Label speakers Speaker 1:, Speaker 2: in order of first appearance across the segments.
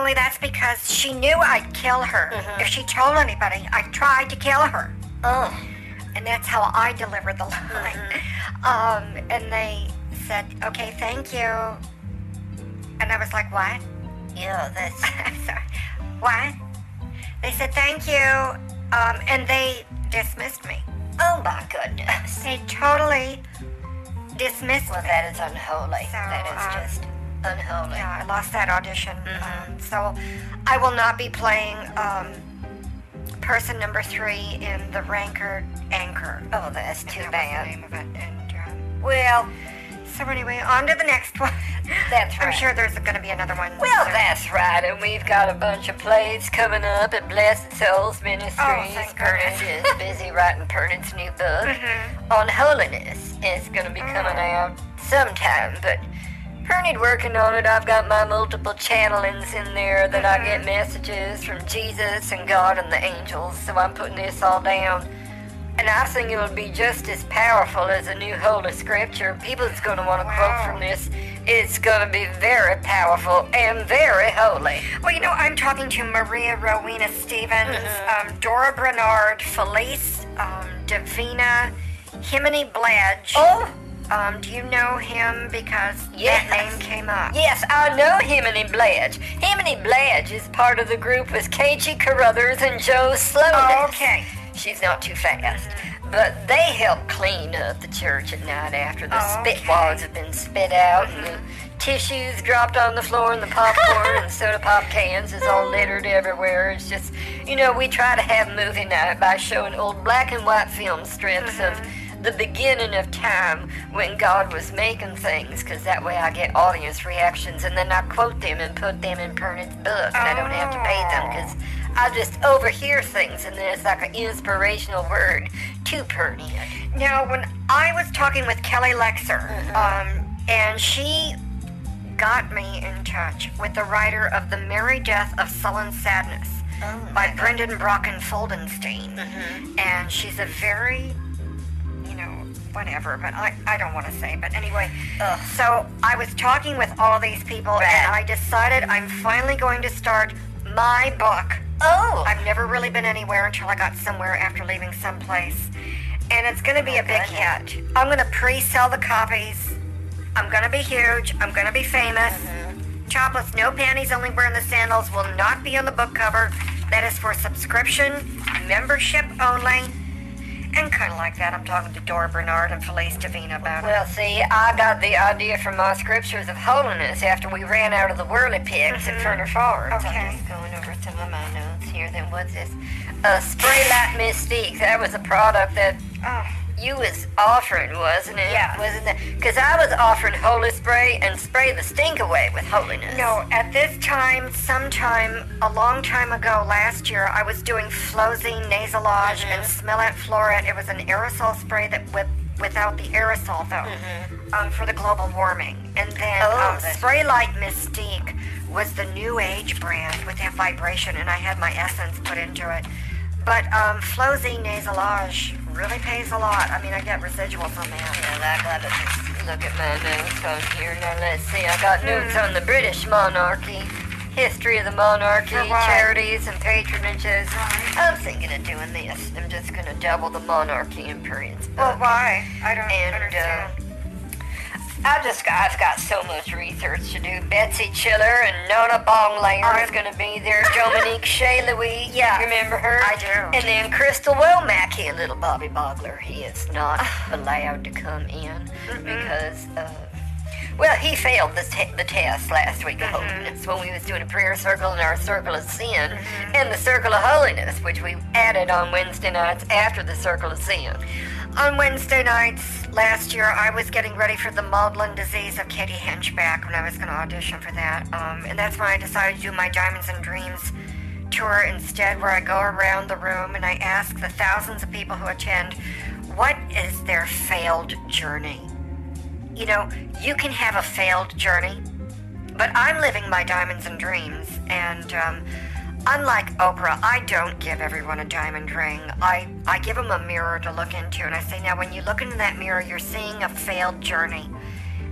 Speaker 1: Julie, that's because she knew I'd kill her. If she told anybody, I tried to kill her.
Speaker 2: Ugh.
Speaker 1: And that's how I delivered the line. Um, and they said, okay, thank you. And I was like, what?
Speaker 2: Yeah, that's.
Speaker 1: I'm sorry. What? They said, thank you. Um, and they dismissed me.
Speaker 2: Oh my goodness.
Speaker 1: They totally dismissed
Speaker 2: Well,
Speaker 1: me.
Speaker 2: that is unholy.
Speaker 1: So,
Speaker 2: that
Speaker 1: um,
Speaker 2: is just unholy.
Speaker 1: Yeah, I lost that audition.
Speaker 2: Mm-hmm.
Speaker 1: Um, so I will not be playing um, person number three in the Ranker Anchor.
Speaker 2: Oh, that's too
Speaker 1: that
Speaker 2: bad.
Speaker 1: was the name of it. And,
Speaker 2: Well,
Speaker 1: um, so anyway, on to the next one.
Speaker 2: That's
Speaker 1: I'm
Speaker 2: right.
Speaker 1: sure there's going to be another one.
Speaker 2: well,
Speaker 1: soon.
Speaker 2: that's right. And we've got a bunch of plays coming up at Blessed Souls Ministries.
Speaker 1: Oh, thank
Speaker 2: Pernod is busy writing Pernod's new book
Speaker 1: Mm-hmm.
Speaker 2: on holiness. It's going to be coming
Speaker 1: Mm.
Speaker 2: out sometime, but Pernod working on it. I've got my multiple channelings in there that I
Speaker 1: Mm-hmm.
Speaker 2: get messages from Jesus and God and the angels. So I'm putting this all down. And I think it'll be just as powerful as a new holy scripture. People's going to want to
Speaker 1: Wow.
Speaker 2: quote from this. It's going to be very powerful and very holy.
Speaker 1: Well, you know, I'm talking to Maria Rowena Stevens, um, Dora Bernard, Felice, um, Davina, Himini Bledge.
Speaker 2: Oh,
Speaker 1: Um, do you know him? Because
Speaker 2: Yes.
Speaker 1: that name came up.
Speaker 2: yes, I know Himini Bledge. Himini Bledge is part of the group with KG Carruthers and Joe Sloan.
Speaker 1: Okay.
Speaker 2: She's not too fast. But they help clean up the church at night after the
Speaker 1: Okay.
Speaker 2: spit wads have been spit out and the tissues dropped on the floor and the popcorn and soda pop cans is all littered everywhere. It's just, you know, we try to have movie night by showing old black and white film strips of the beginning of time when God was making things because that way I get audience reactions and then I quote them and put them in Pernod's book and I don't have to pay them because I just overhear things and then it's like an inspirational word to Pernod.
Speaker 1: Now, when I was talking with Kelly Lexer, um, and she got me in touch with the writer of The Merry Death of Sullen Sadness by Brendan Brocken Foldenstein. And she's a very, you know, whatever, but I, I don't want to say. But anyway,
Speaker 2: Ugh.
Speaker 1: so I was talking with all these people, and I
Speaker 2: Right.
Speaker 1: decided I'm finally going to start my book.
Speaker 2: Oh,
Speaker 1: I've never really been anywhere until I got somewhere after leaving someplace. And it's going to be a big
Speaker 2: goodness.
Speaker 1: hit. I'm going to pre sell the copies. I'm going to be huge. I'm going to be famous. Topless, no panties, only wearing the sandals will not be on the book cover. That is for subscription, membership only. And kind of like that, I'm talking to Dora Bernard and Felice Davina about it.
Speaker 2: Well, see, I got the idea from my scriptures of holiness after we ran out of the whirly pigs at Turner Farms.
Speaker 1: Mm-hmm. Okay.
Speaker 2: I'm just going over some of my notes here. Then what's this? Uh, Spray Light Mystique. That was a product that
Speaker 1: Oh,
Speaker 2: you was offering, wasn't it?
Speaker 1: Yeah.
Speaker 2: Wasn't that? Because I was offering holy spray and spray the stink away with holiness.
Speaker 1: No, at this time, sometime a long time ago, last year, I was doing Flozine, Nasalage, and Smellant Floret. It was an aerosol spray that with without the aerosol though, um, for the global warming. And then
Speaker 2: Oh,
Speaker 1: um,
Speaker 2: that's-
Speaker 1: Spray Light Mystique was the new age brand with that vibration, and I had my essence put into it. But um, Flozine, Nasalage really pays a lot. I mean, I get residuals on that.
Speaker 2: Well, I gotta just look at my notes on here. Now, let's see. I got notes on the British monarchy, history of the monarchy,
Speaker 1: For what?
Speaker 2: charities, and patronages.
Speaker 1: Right.
Speaker 2: I'm thinking of doing this. I'm just gonna double the monarchy and Prince. book.
Speaker 1: why? I don't
Speaker 2: And, uh, I just got, I've got so much research to do. Betsy Chiller and Nona Bonglayer is
Speaker 1: I'm-
Speaker 2: gonna be there. Dominique Shea Louise,
Speaker 1: Yeah,
Speaker 2: remember her?
Speaker 1: I do.
Speaker 2: And then Crystal Womack here, little Bobby Bogler. He is not allowed to come in because of. Well, he failed the, te- the test last week of holiness when we was doing a prayer circle and our circle of sin and the circle of holiness, which we added on Wednesday nights after the circle of sin.
Speaker 1: On Wednesday nights last year, I was getting ready for the maudlin disease of Katie Hinchback when I was going to audition for that. Um, and that's when I decided to do my Diamonds and Dreams tour instead, where I go around the room and I ask the thousands of people who attend, what is their failed journey? You know, you can have a failed journey, but I'm living my diamonds and dreams. And um, unlike Oprah, I don't give everyone a diamond ring. I, I give them a mirror to look into. And I say, now, when you look into that mirror, you're seeing a failed journey.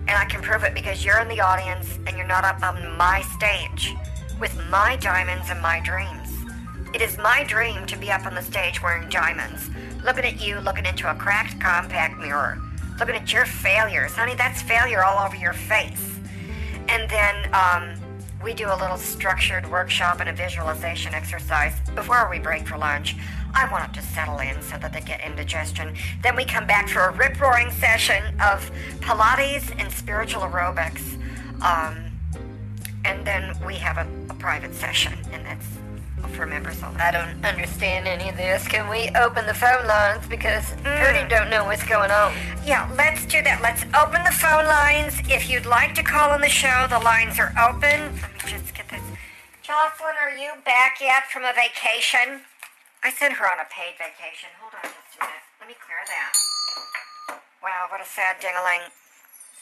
Speaker 1: And I can prove it because you're in the audience and you're not up on my stage. with my diamonds and my dreams. It is my dream to be up on the stage wearing diamonds, looking at you, looking into a cracked compact mirror, looking at your failures. Honey, that's failure all over your face. And then um, we do a little structured workshop and a visualization exercise before we break for lunch. I want them to settle in so that they get indigestion. Then we come back for a rip roaring session of Pilates and spiritual aerobics. Um, and then we have a, a private session, and that's for members only.
Speaker 2: I don't understand any of this. Can we open the phone lines because mm. Purdy don't know what's going on.
Speaker 1: Yeah, let's do that. Let's open the phone lines. If you'd like to call on the show, the lines are open. Let me just get this. Jocelyn, are you back yet from a vacation? I sent her on a paid vacation. Hold on just a minute. Let me clear that. Wow, what a sad ding-a-ling.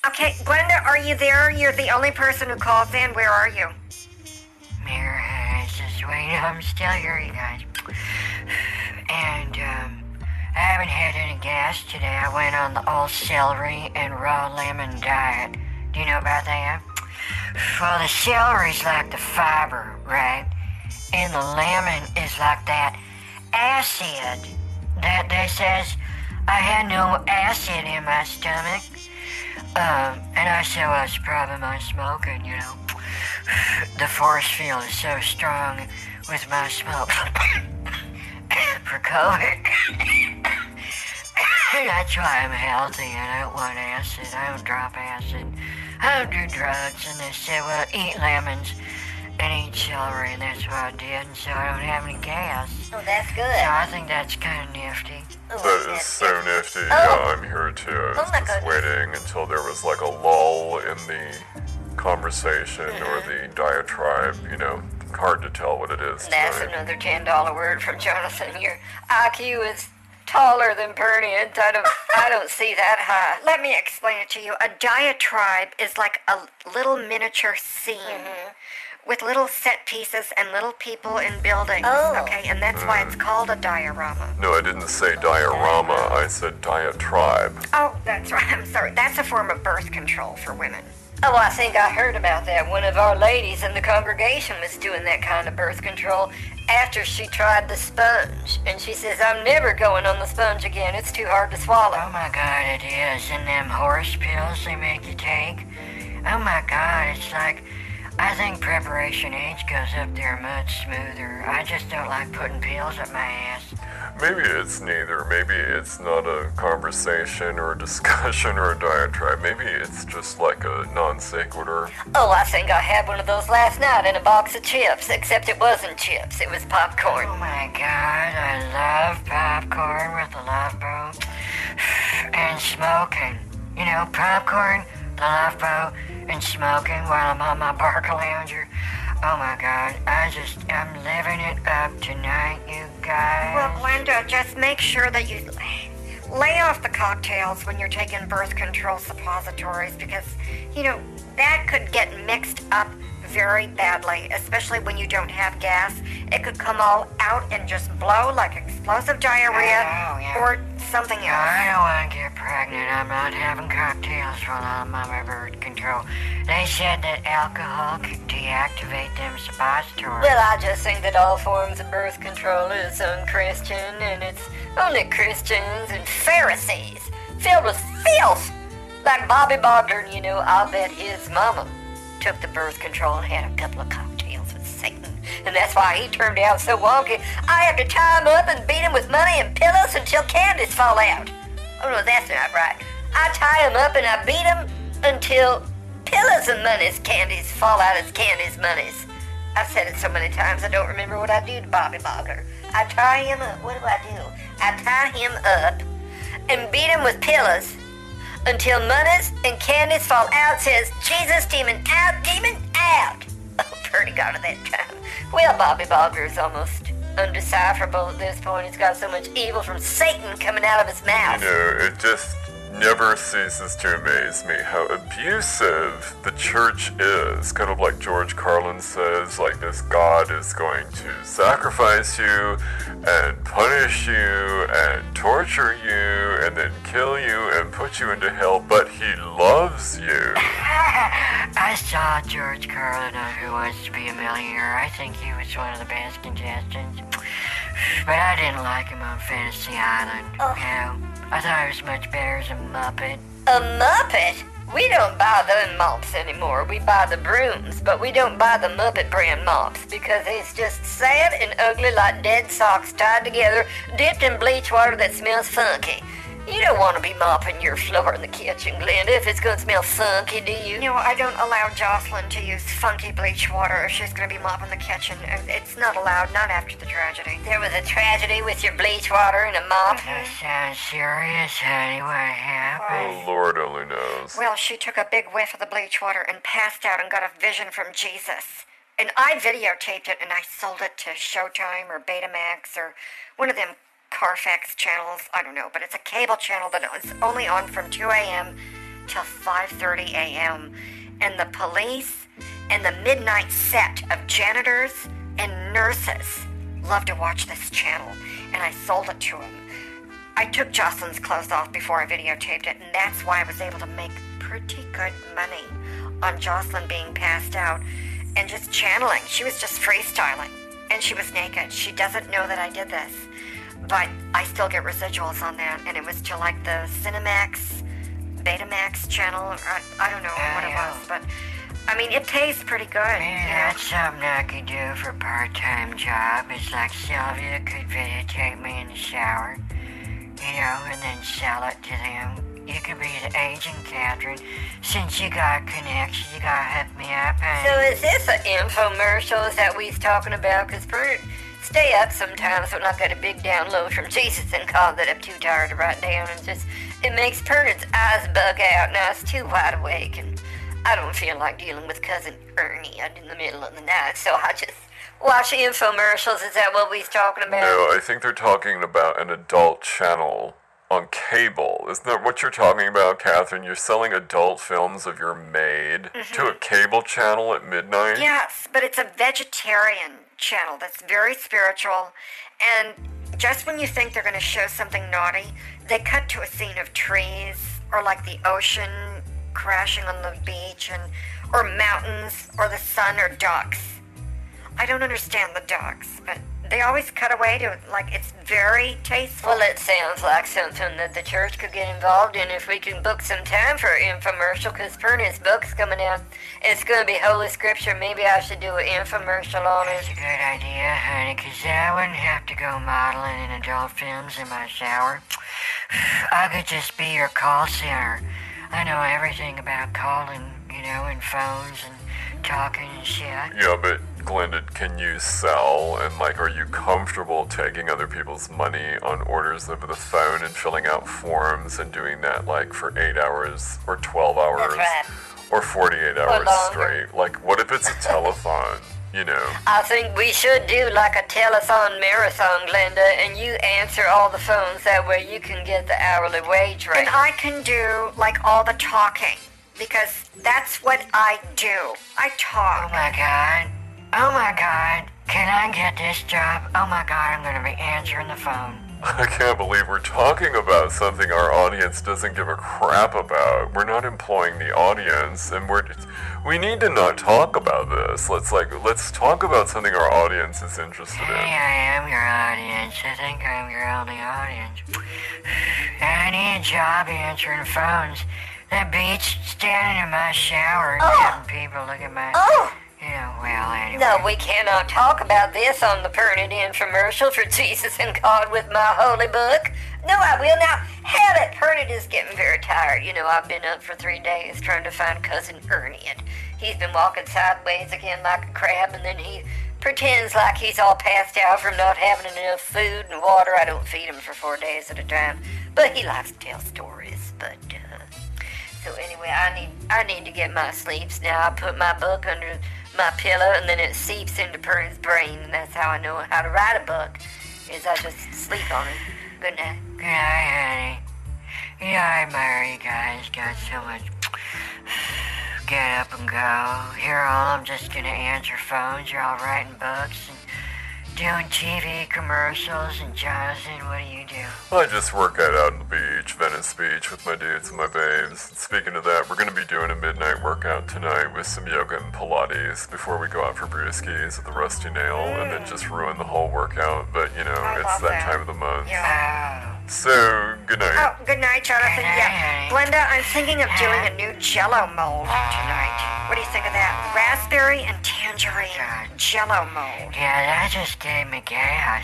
Speaker 1: Okay, Glenda, are you there? You're the only person who calls in. Where are you?
Speaker 3: Mayor, I just waiting. I'm still here, you guys. And um, I haven't had any gas today. I went on the old celery and raw lemon diet. Do you know about that? Well, the celery's like the fiber, right? And the lemon is like that acid that they says I had no acid in my stomach. Um, and I said, well, it's probably my smoking, you know. The force field is so strong with my smoke for COVID. That's why I'm healthy and I don't want acid. I don't drop acid. I don't do drugs. And they said, well, eat lemons and eat celery, and that's what I did, and so I don't have any gas.
Speaker 2: Oh, that's good.
Speaker 3: So I think that's kind of nifty.
Speaker 2: Ooh,
Speaker 4: That is
Speaker 2: that's
Speaker 4: so
Speaker 2: good.
Speaker 4: nifty.
Speaker 2: Oh.
Speaker 4: Yeah, I'm here too. I was
Speaker 2: Oh my
Speaker 4: just
Speaker 2: goodness.
Speaker 4: waiting until there was like a lull in the conversation or
Speaker 2: Mm-hmm.
Speaker 4: the diatribe, you know. Hard to tell what it is.
Speaker 2: That's
Speaker 4: tonight.
Speaker 2: another ten dollar word from Jonathan. Your IQ is taller than Purdy. It's- I don't, I don't see that high.
Speaker 1: Let me explain it to you. A diatribe is like a little miniature scene
Speaker 2: Mm-hmm.
Speaker 1: with little set pieces and little people in buildings.
Speaker 2: Oh.
Speaker 1: Okay, and that's why it's called a diorama.
Speaker 4: No, I didn't say diorama. I said diatribe.
Speaker 1: Oh, that's right. I'm sorry. That's a form of birth control for women.
Speaker 2: Oh, I think I heard about that. One of our ladies in the congregation was doing that kind of birth control after she tried the sponge, and she says, "I'm never going on the sponge again. It's too hard to
Speaker 3: Oh
Speaker 2: swallow."
Speaker 3: my god, it is. And them horse pills they make you take. Oh my god, it's like. I think preparation H goes up there much smoother. I just don't like putting pills up my ass.
Speaker 4: Maybe it's neither. Maybe it's not a conversation or a discussion or a diatribe. Maybe it's just like a non sequitur.
Speaker 2: Oh, I think I had one of those last night in a box of chips, except it wasn't chips; it was popcorn.
Speaker 3: Oh my god, I love popcorn with the love boat and smoking. You know, popcorn, the love boat, and smoking while I'm on my barker lounger. Oh my god, I just, I'm living it up tonight, you guys.
Speaker 1: Well, Glenda, just make sure that you lay off the cocktails when you're taking birth control suppositories because, you know, that could get mixed up very badly, especially when you don't have gas. It could come all out and just blow like explosive diarrhea
Speaker 3: I know, yeah.
Speaker 1: or something else.
Speaker 3: I don't want to get pregnant. I'm not having cocktails while I'm on my birth control. They said that alcohol could deactivate them suppositories.
Speaker 2: Well, I just think that all forms of birth control is unchristian, and it's only Christians and Pharisees filled with filth. Like Bobby Bogdan, you know, I bet his mama took the birth control and had a couple of cocktails with Satan, and that's why he turned out so wonky. I have to tie him up and beat him with money and pillows until candies fall out. Oh no, that's not right. I tie him up and I beat him until pillows and money's candies fall out as candies monies. I've said it so many times I don't remember what I do to Bobby Bogger. I tie him up. What do I do? I tie him up and beat him with pillows until monies and candies fall out. Says Jesus, demon out, demon out. Oh, pretty God at that time. Well, Bobby Bogger is almost undecipherable at this point. He's got so much evil from Satan coming out of his
Speaker 4: You
Speaker 2: mouth.
Speaker 4: know, it just never ceases to amaze me how abusive the church is. Kind of like George Carlin says, like this God is going to sacrifice you and punish you and torture you and then kill you and put you into hell, but he loves you.
Speaker 3: I saw George Carlin on Who Wants to Be a Millionaire. I think he was one of the best contestants. But I didn't like him on Fantasy Island.
Speaker 2: Oh.
Speaker 3: No. I thought he was much better as a Muppet.
Speaker 2: A Muppet? We don't buy those mops anymore. We buy the brooms, but we don't buy the Muppet brand mops because it's just sad and ugly like dead socks tied together, dipped in bleach water that smells funky. You don't want to be mopping your floor in the kitchen, Glenda, if it's going to smell funky, do you?
Speaker 1: No, I don't allow Jocelyn to use funky bleach water if she's gonna be mopping the kitchen. It- It's not allowed, not after the tragedy.
Speaker 2: There was a tragedy with your bleach water and a mop.
Speaker 3: That sounds serious, honey. What happened?
Speaker 4: Oh, Lord only knows.
Speaker 1: Well, she took a big whiff of the bleach water and passed out and got a vision from Jesus. And I videotaped it and I sold it to Showtime or Betamax or one of them Carfax channels. I don't know, but it's a cable channel that is only on from 2 a.m. till 5:30 a.m. And the police and the midnight set of janitors and nurses love to watch this channel, and I sold it to them. I took Jocelyn's clothes off before I videotaped it, and that's why I was able to make pretty good money on Jocelyn being passed out and just channeling. She was just freestyling, and she was naked. She doesn't know that I did this, but I still get residuals on that, and it was to like the Cinemax, Betamax channel, or I, I don't know what it
Speaker 3: Yeah.
Speaker 1: was, but I mean, it pays pretty good.
Speaker 3: Maybe
Speaker 1: you know?
Speaker 3: that's something I could do for a part-time job. It's like Sylvia could videotape me in the shower, you know, and then sell it to them. You could be the agent, Catherine. Since you got connections, you gotta hook me up, honey.
Speaker 2: So is this an infomercial is that we's talking about? Because stay up sometimes when I've got a big download from Jesus and call that I'm too tired to write down and just it makes Pernod's eyes bug out and I was too wide awake and I don't feel like dealing with cousin Ernie out in the middle of the night, so I just watch infomercials. Is that what we's talking about?
Speaker 4: No, I think they're talking about an adult channel on cable. Isn't that what you're talking about, Catherine? You're selling adult films of your maid to
Speaker 2: Mm-hmm.
Speaker 4: a cable channel at midnight?
Speaker 1: Yes, but it's a vegetarian channel that's very spiritual. And just when you think they're going to show something naughty, they cut to a scene of trees or like the ocean crashing on the beach and or mountains or the sun or ducks. I don't understand the ducks, but they always cut away to like it's very tasteful.
Speaker 2: Well, it sounds like something that the church could get involved in if we can book some time for an infomercial, because Perna's book's coming out. It's going to be Holy Scripture. Maybe I should do an infomercial on
Speaker 3: That's a
Speaker 2: it.
Speaker 3: good idea, honey, 'cause I wouldn't have to go modeling in adult films in my shower. I could just be your call center. I know everything about calling, you know, and phones and talking and shit.
Speaker 4: Yeah, but Glenda, can you sell? And like, are you comfortable taking other people's money on orders over the phone and filling out forms and doing that like for eight hours or 12 hours
Speaker 2: right.
Speaker 4: or 48 hours
Speaker 2: longer.
Speaker 4: straight? Like, what if it's a telethon? You know,
Speaker 2: I think we should do like a telethon marathon, Glenda, and you answer all the phones. That way you can get the hourly wage rate.
Speaker 1: And I can do like all the talking because that's what I do. I
Speaker 3: Oh
Speaker 1: talk.
Speaker 3: my god. Oh my god. Can I get this job? Oh my god, I'm gonna be answering the phone.
Speaker 4: I can't believe we're talking about something our audience doesn't give a crap about. We're not employing the audience, and we're we need to not talk about this. Let's like let's talk about something our audience is interested in.
Speaker 3: Hey, I am your audience. I think I'm your only audience. I need a job answering phones. The beach standing in my shower and having people look at my.
Speaker 2: Oh.
Speaker 3: You know, well, anyway.
Speaker 2: No, we cannot talk about this on the permanent infomercial for Jesus and God with my holy book. No, I will not. Hell, it Pernod is getting very tired. You know, I've been up for three days trying to find cousin Ernie, and he's been walking sideways again like a crab, and then he pretends like he's all passed out from not having enough food and water. I don't feed him for four days at a time, but he likes to tell stories. But uh, so anyway, I need I need to get my sleeps now. I put my book under my pillow, and then it seeps into Pern's brain, and that's how I know how to write a book. Is I just sleep on it. Good night.
Speaker 3: Good night, honey. You know, I admire you guys. Got so much. Get up and go. Here, all I'm just gonna answer phones. You're all writing books and doing TV commercials. And Jonathan, what do you do?
Speaker 4: I just work out out on the beach, Venice Beach, with my dudes and my babes. Speaking of that, we're gonna be doing a midnight workout tonight with some yoga and Pilates before we go out for brewskis at the Rusty Nail, and then just ruin the whole workout. But you know, it's
Speaker 1: love
Speaker 4: that
Speaker 1: that.
Speaker 4: time of the month.
Speaker 3: Oh,
Speaker 4: So good night.
Speaker 1: Oh, good night, Jonathan. Yeah. Glenda, I'm thinking of doing a new jello mold tonight. What do you think of that? Raspberry and tangerine jello mold.
Speaker 3: yeah, that just gave me gas.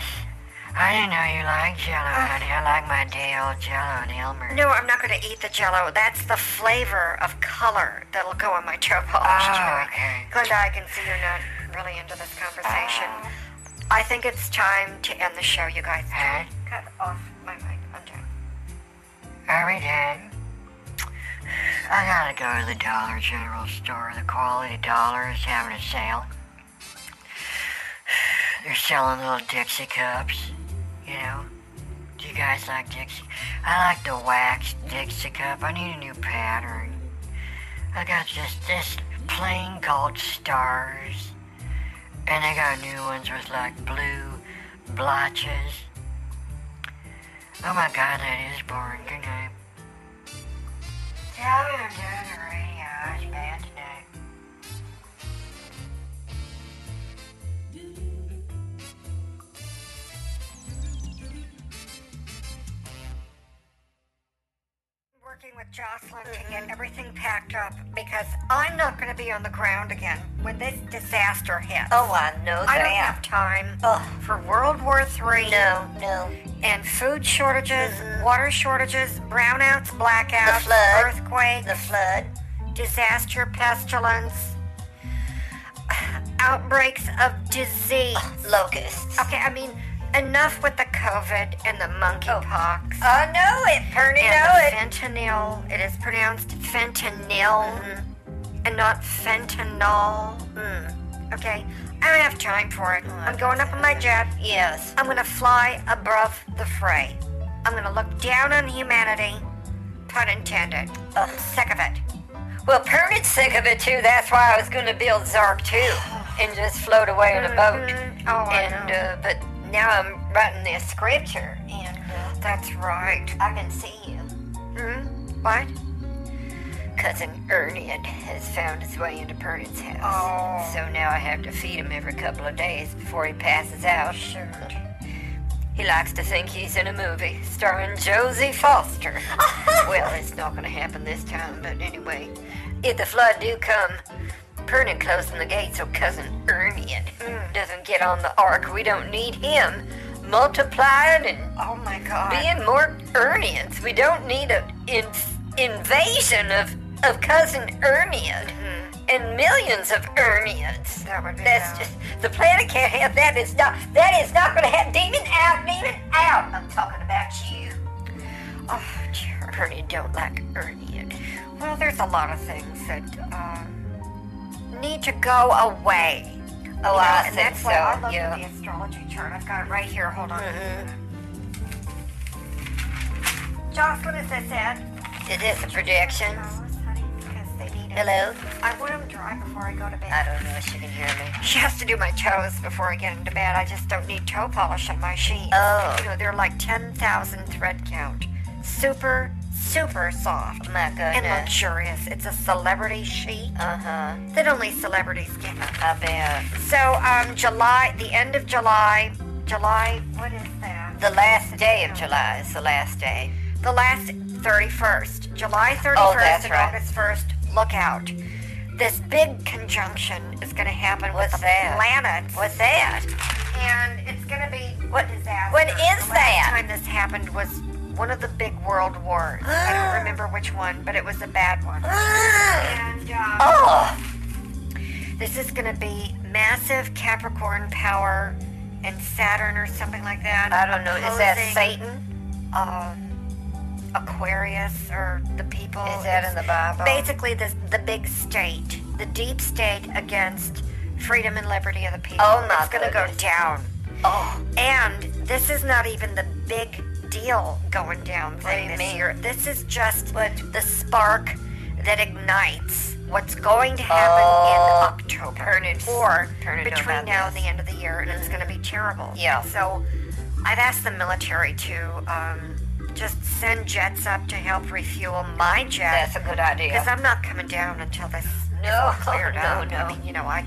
Speaker 3: I didn't know you liked Jello, honey. I like my day old Jello and Elmer.
Speaker 1: No, I'm not going to eat the jello. That's the flavor of color that'll go on my toe polish
Speaker 3: Oh,
Speaker 1: tonight.
Speaker 3: okay.
Speaker 1: Glenda, I can see you're not really into this conversation. I think it's time to end the show, you guys.
Speaker 3: Huh?
Speaker 1: Cut off my mic. I'm done.
Speaker 3: Are we done? I gotta go to the Dollar General store. The Quality Dollar is having a sale. They're selling little Dixie cups. You know? Do you guys like Dixie? I like the wax Dixie cup. I need a new pattern. I got just this plain gold stars. And they got new ones with like blue blotches. Oh my god, that is boring. Good night. Tell me I'm doing the radio. I was bad today.
Speaker 1: working with Jocelyn to get everything packed up because I'm not going to be on the ground again when this disaster hits.
Speaker 2: Oh, I know
Speaker 1: I don't
Speaker 2: that. Oh,
Speaker 1: have time
Speaker 2: Ugh.
Speaker 1: for World War III
Speaker 2: No, no.
Speaker 1: and food shortages, water shortages, brownouts, blackouts,
Speaker 2: The flood.
Speaker 1: earthquakes,
Speaker 2: The flood.
Speaker 1: disaster, pestilence, outbreaks of disease.
Speaker 2: Oh. Locusts.
Speaker 1: Okay, I mean, enough with the COVID and the monkeypox.
Speaker 2: I know it, Perny. Know it.
Speaker 1: and the fentanyl. It is pronounced fentanyl Mm. and not fentanyl. Mm. Okay, I don't have time for it. I'm going up in my jet.
Speaker 2: Yes.
Speaker 1: I'm gonna fly above the fray. I'm gonna look down on humanity. Pun intended. I'm sick of it.
Speaker 2: Well, Perny's sick of it too. That's why I was going to build Zark too, and just float away in a boat.
Speaker 1: Oh, I
Speaker 2: and
Speaker 1: know.
Speaker 2: uh, but now I'm writing this scripture, and uh,
Speaker 1: That's right.
Speaker 2: I can see you.
Speaker 1: Mm? What?
Speaker 2: Cousin Ernian has found his way into Pernod's house.
Speaker 1: Oh.
Speaker 2: So now I have to feed him every couple of days before he passes out.
Speaker 1: Shoot.
Speaker 2: He likes to think he's in a movie starring Josie Foster. well, it's not going to happen this time, but anyway, if the flood do come, Pernan closing the gate so cousin Ernian doesn't get on the ark. We don't need him multiplying and
Speaker 1: Oh my god.
Speaker 2: being more Ernians. We don't need an in- invasion of, of cousin Ernian and millions of Ernians.
Speaker 1: that would be
Speaker 2: That's
Speaker 1: bad.
Speaker 2: just the planet can't have that. It's not that is not gonna have demon out, demon out. I'm talking about you.
Speaker 1: Oh, dear.
Speaker 2: Ernie don't like Ernie.
Speaker 1: Well, there's a lot of things that um, need to go away. Yeah,
Speaker 2: Oh, I
Speaker 1: and
Speaker 2: think
Speaker 1: that's
Speaker 2: so.
Speaker 1: why I look at
Speaker 2: Yeah. Mm-hmm.
Speaker 1: the astrology chart. I've got it right here. Hold on. Jocelyn, is this it?
Speaker 2: It is a projection.
Speaker 1: Flowers, honey, because they need it.
Speaker 2: Hello.
Speaker 1: I want them dry before I go to
Speaker 2: I
Speaker 1: bed.
Speaker 2: don't know if she can hear me.
Speaker 1: She has to do my toes before I get into bed. I just don't need toe polish on my sheets.
Speaker 2: Oh.
Speaker 1: You know, they're like 10,000 thread count. Super, super soft.
Speaker 2: Oh My
Speaker 1: And
Speaker 2: goodness.
Speaker 1: luxurious. It's a celebrity sheet
Speaker 2: Uh huh.
Speaker 1: that only celebrities get.
Speaker 2: I bet.
Speaker 1: So, um, July, the end of July, July, what is that?
Speaker 2: The last day of July is the last day.
Speaker 1: The last 31st, July 31st
Speaker 2: Oh, that's
Speaker 1: and
Speaker 2: right.
Speaker 1: August 1st, look out. This big conjunction is going to happen
Speaker 2: What's
Speaker 1: with the
Speaker 2: that?
Speaker 1: planets.
Speaker 2: What's that?
Speaker 1: and it's going to be
Speaker 2: What-
Speaker 1: disaster.
Speaker 2: what is
Speaker 1: the Last
Speaker 2: that?
Speaker 1: time this happened was one of the big world wars. I don't remember which one, but it was a bad one. and um,
Speaker 2: Oh.
Speaker 1: this is going to be massive Capricorn power and Saturn or something like that.
Speaker 2: I don't know. Is that
Speaker 1: opposing-
Speaker 2: Satan?
Speaker 1: um, Aquarius or the people.
Speaker 2: Is that in the Bible?
Speaker 1: Basically, the the big state, the deep state against freedom and liberty of the people.
Speaker 2: Oh, my
Speaker 1: It's gonna
Speaker 2: goodness.
Speaker 1: go down.
Speaker 2: Oh.
Speaker 1: And this is not even the big deal going down thing
Speaker 2: do you
Speaker 1: this
Speaker 2: mean?
Speaker 1: year. This is just the spark that ignites what's going to happen
Speaker 2: Oh.
Speaker 1: in October
Speaker 2: Turn it-
Speaker 1: or
Speaker 2: turn it
Speaker 1: between
Speaker 2: around.
Speaker 1: now and the end of the year, and it's going to be terrible.
Speaker 2: Yeah.
Speaker 1: So I've asked the military to um, just send jets up to help refuel my jet
Speaker 2: That's a good idea.
Speaker 1: because I'm not coming down until this is
Speaker 2: No,
Speaker 1: all cleared
Speaker 2: no,
Speaker 1: up.
Speaker 2: no.
Speaker 1: I mean, you know, I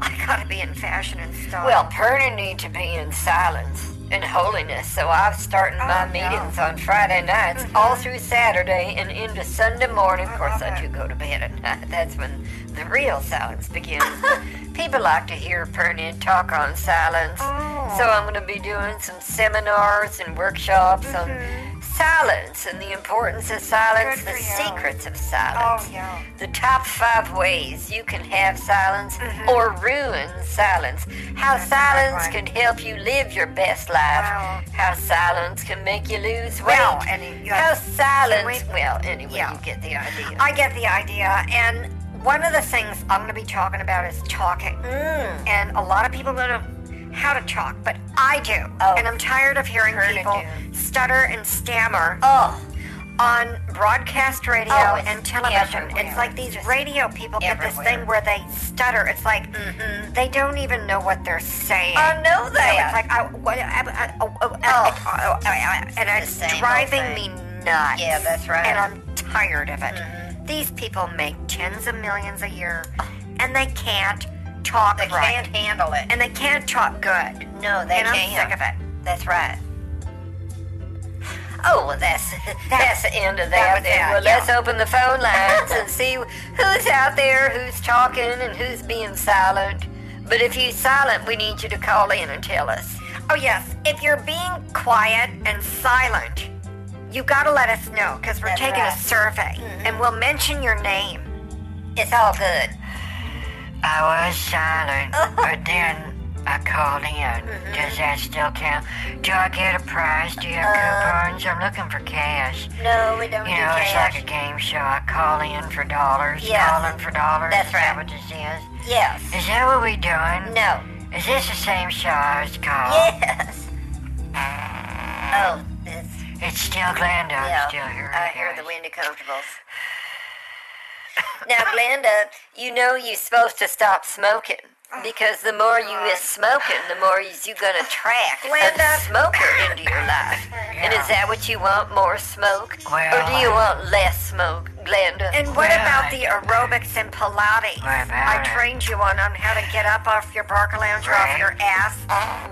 Speaker 1: I gotta be in fashion and style.
Speaker 2: Well, Perna need to be in silence and holiness, so I'm starting my
Speaker 1: Oh, no. Mm-hmm.
Speaker 2: meetings on Friday nights, all through Saturday and into Sunday morning. Of course,
Speaker 1: love
Speaker 2: I
Speaker 1: it.
Speaker 2: do go to bed at night. That's when the real silence begins. But People like to hear Perna talk on silence,
Speaker 1: Oh.
Speaker 2: so I'm going to be doing some seminars and workshops on silence and the importance of silence,
Speaker 1: Mm-hmm. Good for
Speaker 2: the
Speaker 1: you.
Speaker 2: secrets of silence
Speaker 1: oh yeah.
Speaker 2: the top five ways you can have silence
Speaker 1: Mm-hmm.
Speaker 2: or ruin silence. How silence
Speaker 1: one.
Speaker 2: can help you live your best life.
Speaker 1: Wow.
Speaker 2: How silence can make you lose weight.
Speaker 1: Well, and you-
Speaker 2: How silence.
Speaker 1: Can we-
Speaker 2: well, anyway,
Speaker 1: Yeah.
Speaker 2: you get the idea.
Speaker 1: I get the idea, and one of the things I'm gonna be talking about is talking,
Speaker 2: Mm.
Speaker 1: and a lot of people don't know how to talk, but I do,
Speaker 2: Oh.
Speaker 1: and I'm tired of hearing
Speaker 2: Heard it
Speaker 1: people stutter and stammer.
Speaker 2: oh,
Speaker 1: on broadcast radio
Speaker 2: Oh, it's
Speaker 1: and television.
Speaker 2: everywhere.
Speaker 1: It's like these
Speaker 2: Just
Speaker 1: radio people get this
Speaker 2: everywhere. Mm-hmm.
Speaker 1: thing where they stutter. It's like they don't even know what they're saying.
Speaker 2: I know
Speaker 1: So
Speaker 2: that.
Speaker 1: It's like I, what, I, I, oh, oh,
Speaker 2: Oh.
Speaker 1: oh, oh, oh, and it's
Speaker 2: the same old
Speaker 1: driving
Speaker 2: thing.
Speaker 1: me nuts.
Speaker 2: Yeah, that's right. Mm-hmm.
Speaker 1: And I'm tired of it. These people make tens of millions a year, and they can't talk
Speaker 2: they
Speaker 1: right,
Speaker 2: can't handle it.
Speaker 1: and they can't talk good.
Speaker 2: no, they
Speaker 1: and I'm
Speaker 2: can't.
Speaker 1: sick of it.
Speaker 2: That's right. Oh, well, that's, that's the end of
Speaker 1: that
Speaker 2: that.
Speaker 1: was
Speaker 2: then.
Speaker 1: it,
Speaker 2: well,
Speaker 1: yeah.
Speaker 2: let's open the phone lines and see who's out there, who's talking, and who's being silent. But if you're silent, we need you to call in and tell us.
Speaker 1: Oh, yes. If you're being quiet and silent, you got to let us know because we're
Speaker 2: That's
Speaker 1: taking
Speaker 2: right. Mm-hmm.
Speaker 1: a survey and we'll mention your name.
Speaker 2: It's all good.
Speaker 3: I was silent, but then I called in. Mm-hmm. Does that still count? Do I get a prize? Do you have
Speaker 1: Uh,
Speaker 3: coupons? I'm looking for cash.
Speaker 2: No, we don't
Speaker 3: You know, it's like a game show. I call in for dollars.
Speaker 2: Yeah.
Speaker 3: Call in for dollars.
Speaker 2: That's
Speaker 3: is that
Speaker 2: right.
Speaker 3: what this is?
Speaker 2: yes.
Speaker 3: Is that what we doing?
Speaker 2: No.
Speaker 3: Is this the same show I was called?
Speaker 2: Yes. Oh, it's,
Speaker 3: It's still Glenda.
Speaker 2: yeah.
Speaker 3: I'm still here.
Speaker 2: I hear
Speaker 3: guys.
Speaker 2: the windy comfortables. now, Glenda, you know you're supposed to stop smoking. Because the more you is smoking, the more is you gonna attract a
Speaker 1: Glenda.
Speaker 2: smoker into your life. And is that what you want? More smoke, or do you
Speaker 3: Well,
Speaker 2: want less smoke, Glenda?
Speaker 1: And what
Speaker 3: Yeah.
Speaker 1: about the aerobics and Pilates?
Speaker 3: What about
Speaker 1: I
Speaker 3: it?
Speaker 1: trained you on, on how to get up off your Barker Lounge or
Speaker 3: Right.
Speaker 1: off your ass,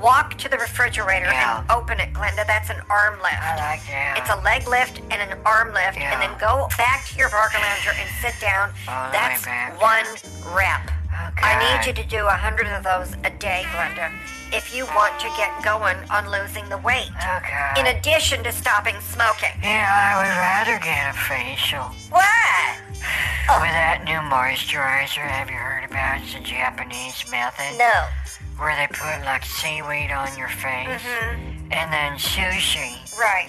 Speaker 1: walk to the refrigerator
Speaker 3: Yeah.
Speaker 1: and open it, Glenda. That's an arm lift.
Speaker 3: I like that.
Speaker 1: It's a leg lift and an arm lift,
Speaker 3: Yeah.
Speaker 1: and
Speaker 3: Oh,
Speaker 1: then go back to your Barker Lounger and sit down.
Speaker 3: All the way
Speaker 1: That's
Speaker 3: back.
Speaker 1: one rep.
Speaker 3: Okay.
Speaker 1: I need you to do a hundred of those a day, Glenda, if you want to get going on losing the weight.
Speaker 3: Okay.
Speaker 1: In addition to stopping smoking.
Speaker 3: You know, I would rather get a facial.
Speaker 2: Why?
Speaker 1: Oh.
Speaker 3: With that new moisturizer, have you heard about it's the Japanese method?
Speaker 2: No.
Speaker 3: Where they put like seaweed on your face,
Speaker 1: Mm-hmm.
Speaker 3: and then sushi,
Speaker 1: Right.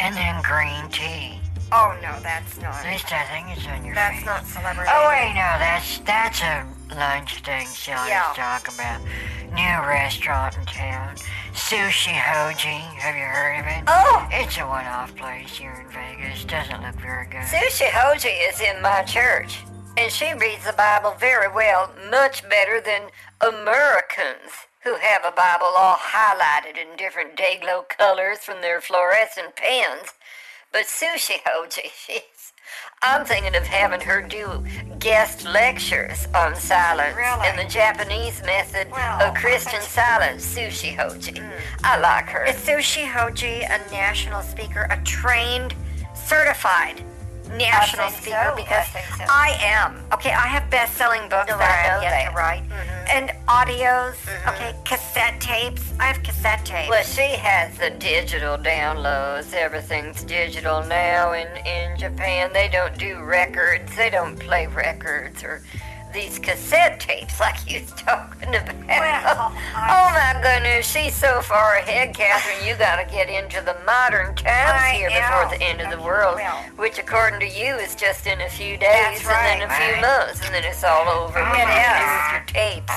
Speaker 3: and then green tea.
Speaker 1: Oh no, that's
Speaker 3: At
Speaker 1: not.
Speaker 3: least I think it's on your
Speaker 1: That's
Speaker 3: face.
Speaker 1: not celebrity.
Speaker 3: Oh wait, no, that's that's a lunch thing Shelly's
Speaker 1: Yeah.
Speaker 3: talking about. New restaurant in town, Sushi Hoji. Have you heard of it?
Speaker 2: Oh,
Speaker 3: It's a one-off place here in Vegas. Doesn't look very good.
Speaker 2: Sushi Hoji is in my church, and she reads the Bible very well, much better than Americans who have a Bible all highlighted in different day glow colors from their fluorescent pens. But Sushi Hoji, she's. I'm thinking of having her do guest lectures on silence
Speaker 1: Really?
Speaker 2: and the Japanese method
Speaker 1: Well, Hmm.
Speaker 2: of Christian silence, Sushi Hoji. I like her.
Speaker 1: Is Sushi Hoji a national speaker, a trained, certified national
Speaker 2: I think
Speaker 1: speaker?
Speaker 2: so,
Speaker 1: Because
Speaker 2: I think so.
Speaker 1: I am. Okay, I have best-selling books
Speaker 2: No,
Speaker 1: that
Speaker 2: I
Speaker 1: I
Speaker 2: know
Speaker 1: have
Speaker 2: Mm-hmm.
Speaker 1: yet
Speaker 2: that.
Speaker 1: to write, and audios. Okay, cassette tapes. I have cassette tapes.
Speaker 2: Well, she has the digital downloads. Everything's digital now in, in Japan. They don't do records, they don't play records or these cassette tapes like you was talking about.
Speaker 1: Well,
Speaker 2: oh my goodness, she's so far ahead, Catherine. You got to get into the modern times
Speaker 1: I
Speaker 2: here
Speaker 1: know.
Speaker 2: before the end of the world,
Speaker 1: Well.
Speaker 2: which, according to you, is just in a few days
Speaker 1: That's
Speaker 2: and then a
Speaker 1: right,
Speaker 2: few
Speaker 1: right.
Speaker 2: months, and then it's all over. What do you
Speaker 1: is.
Speaker 2: do with your tapes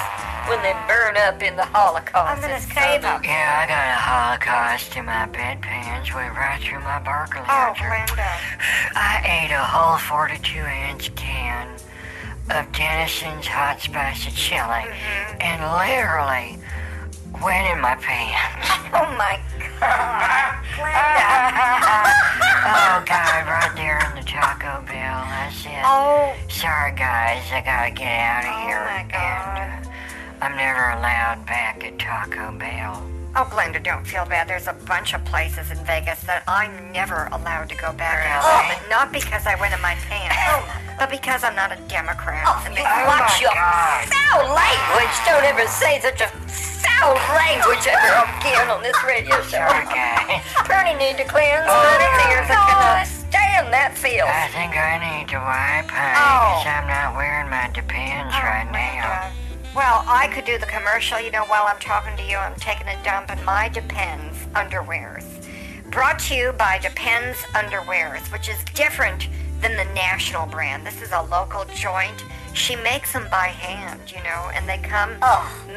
Speaker 2: when they burn up in the Holocaust?
Speaker 1: I'm gonna
Speaker 2: It's
Speaker 1: save
Speaker 2: so-
Speaker 1: 'em.
Speaker 3: Yeah, I got a holocaust in my bedpans went right through my Berkeley.
Speaker 1: Oh,
Speaker 3: after-
Speaker 1: Brenda.
Speaker 3: I ate a whole 42 ounce can of Denison's hot spicy chili
Speaker 1: Mm-hmm.
Speaker 3: and literally went in my pants.
Speaker 1: Oh my God, Brenda.
Speaker 3: oh, God, right there in the Taco Bell. That's it.
Speaker 1: Oh,
Speaker 3: Sorry, guys, I gotta get out of
Speaker 1: Oh,
Speaker 3: here.
Speaker 1: my
Speaker 3: And, uh, I'm never allowed back at Taco Bell.
Speaker 1: oh, Glenda, don't feel bad. There's a bunch of places in Vegas that I'm never allowed to go back at.
Speaker 3: Really?
Speaker 1: But not because I went in my
Speaker 2: Oh.
Speaker 1: pants, but because I'm not a Democrat. and because
Speaker 3: Oh,
Speaker 2: Watch
Speaker 3: my
Speaker 2: your
Speaker 3: God.
Speaker 2: foul language. Don't ever say such a foul language ever again on this radio show.
Speaker 3: Sorry, guys.
Speaker 2: Attorney need to cleanse
Speaker 1: Oh,
Speaker 2: Oh, my ears. I cannot stand that feel.
Speaker 3: I think I need to wipe, honey,
Speaker 1: Oh.
Speaker 3: because I'm not wearing my Depends right now.
Speaker 1: Brenda. Well, I could do the commercial, you know, while I'm talking to you. I'm taking a dump in my Depends underwears. Brought to you by Depends Underwears, which is different than the national brand. This is a local joint. She makes them by hand, you know, and they come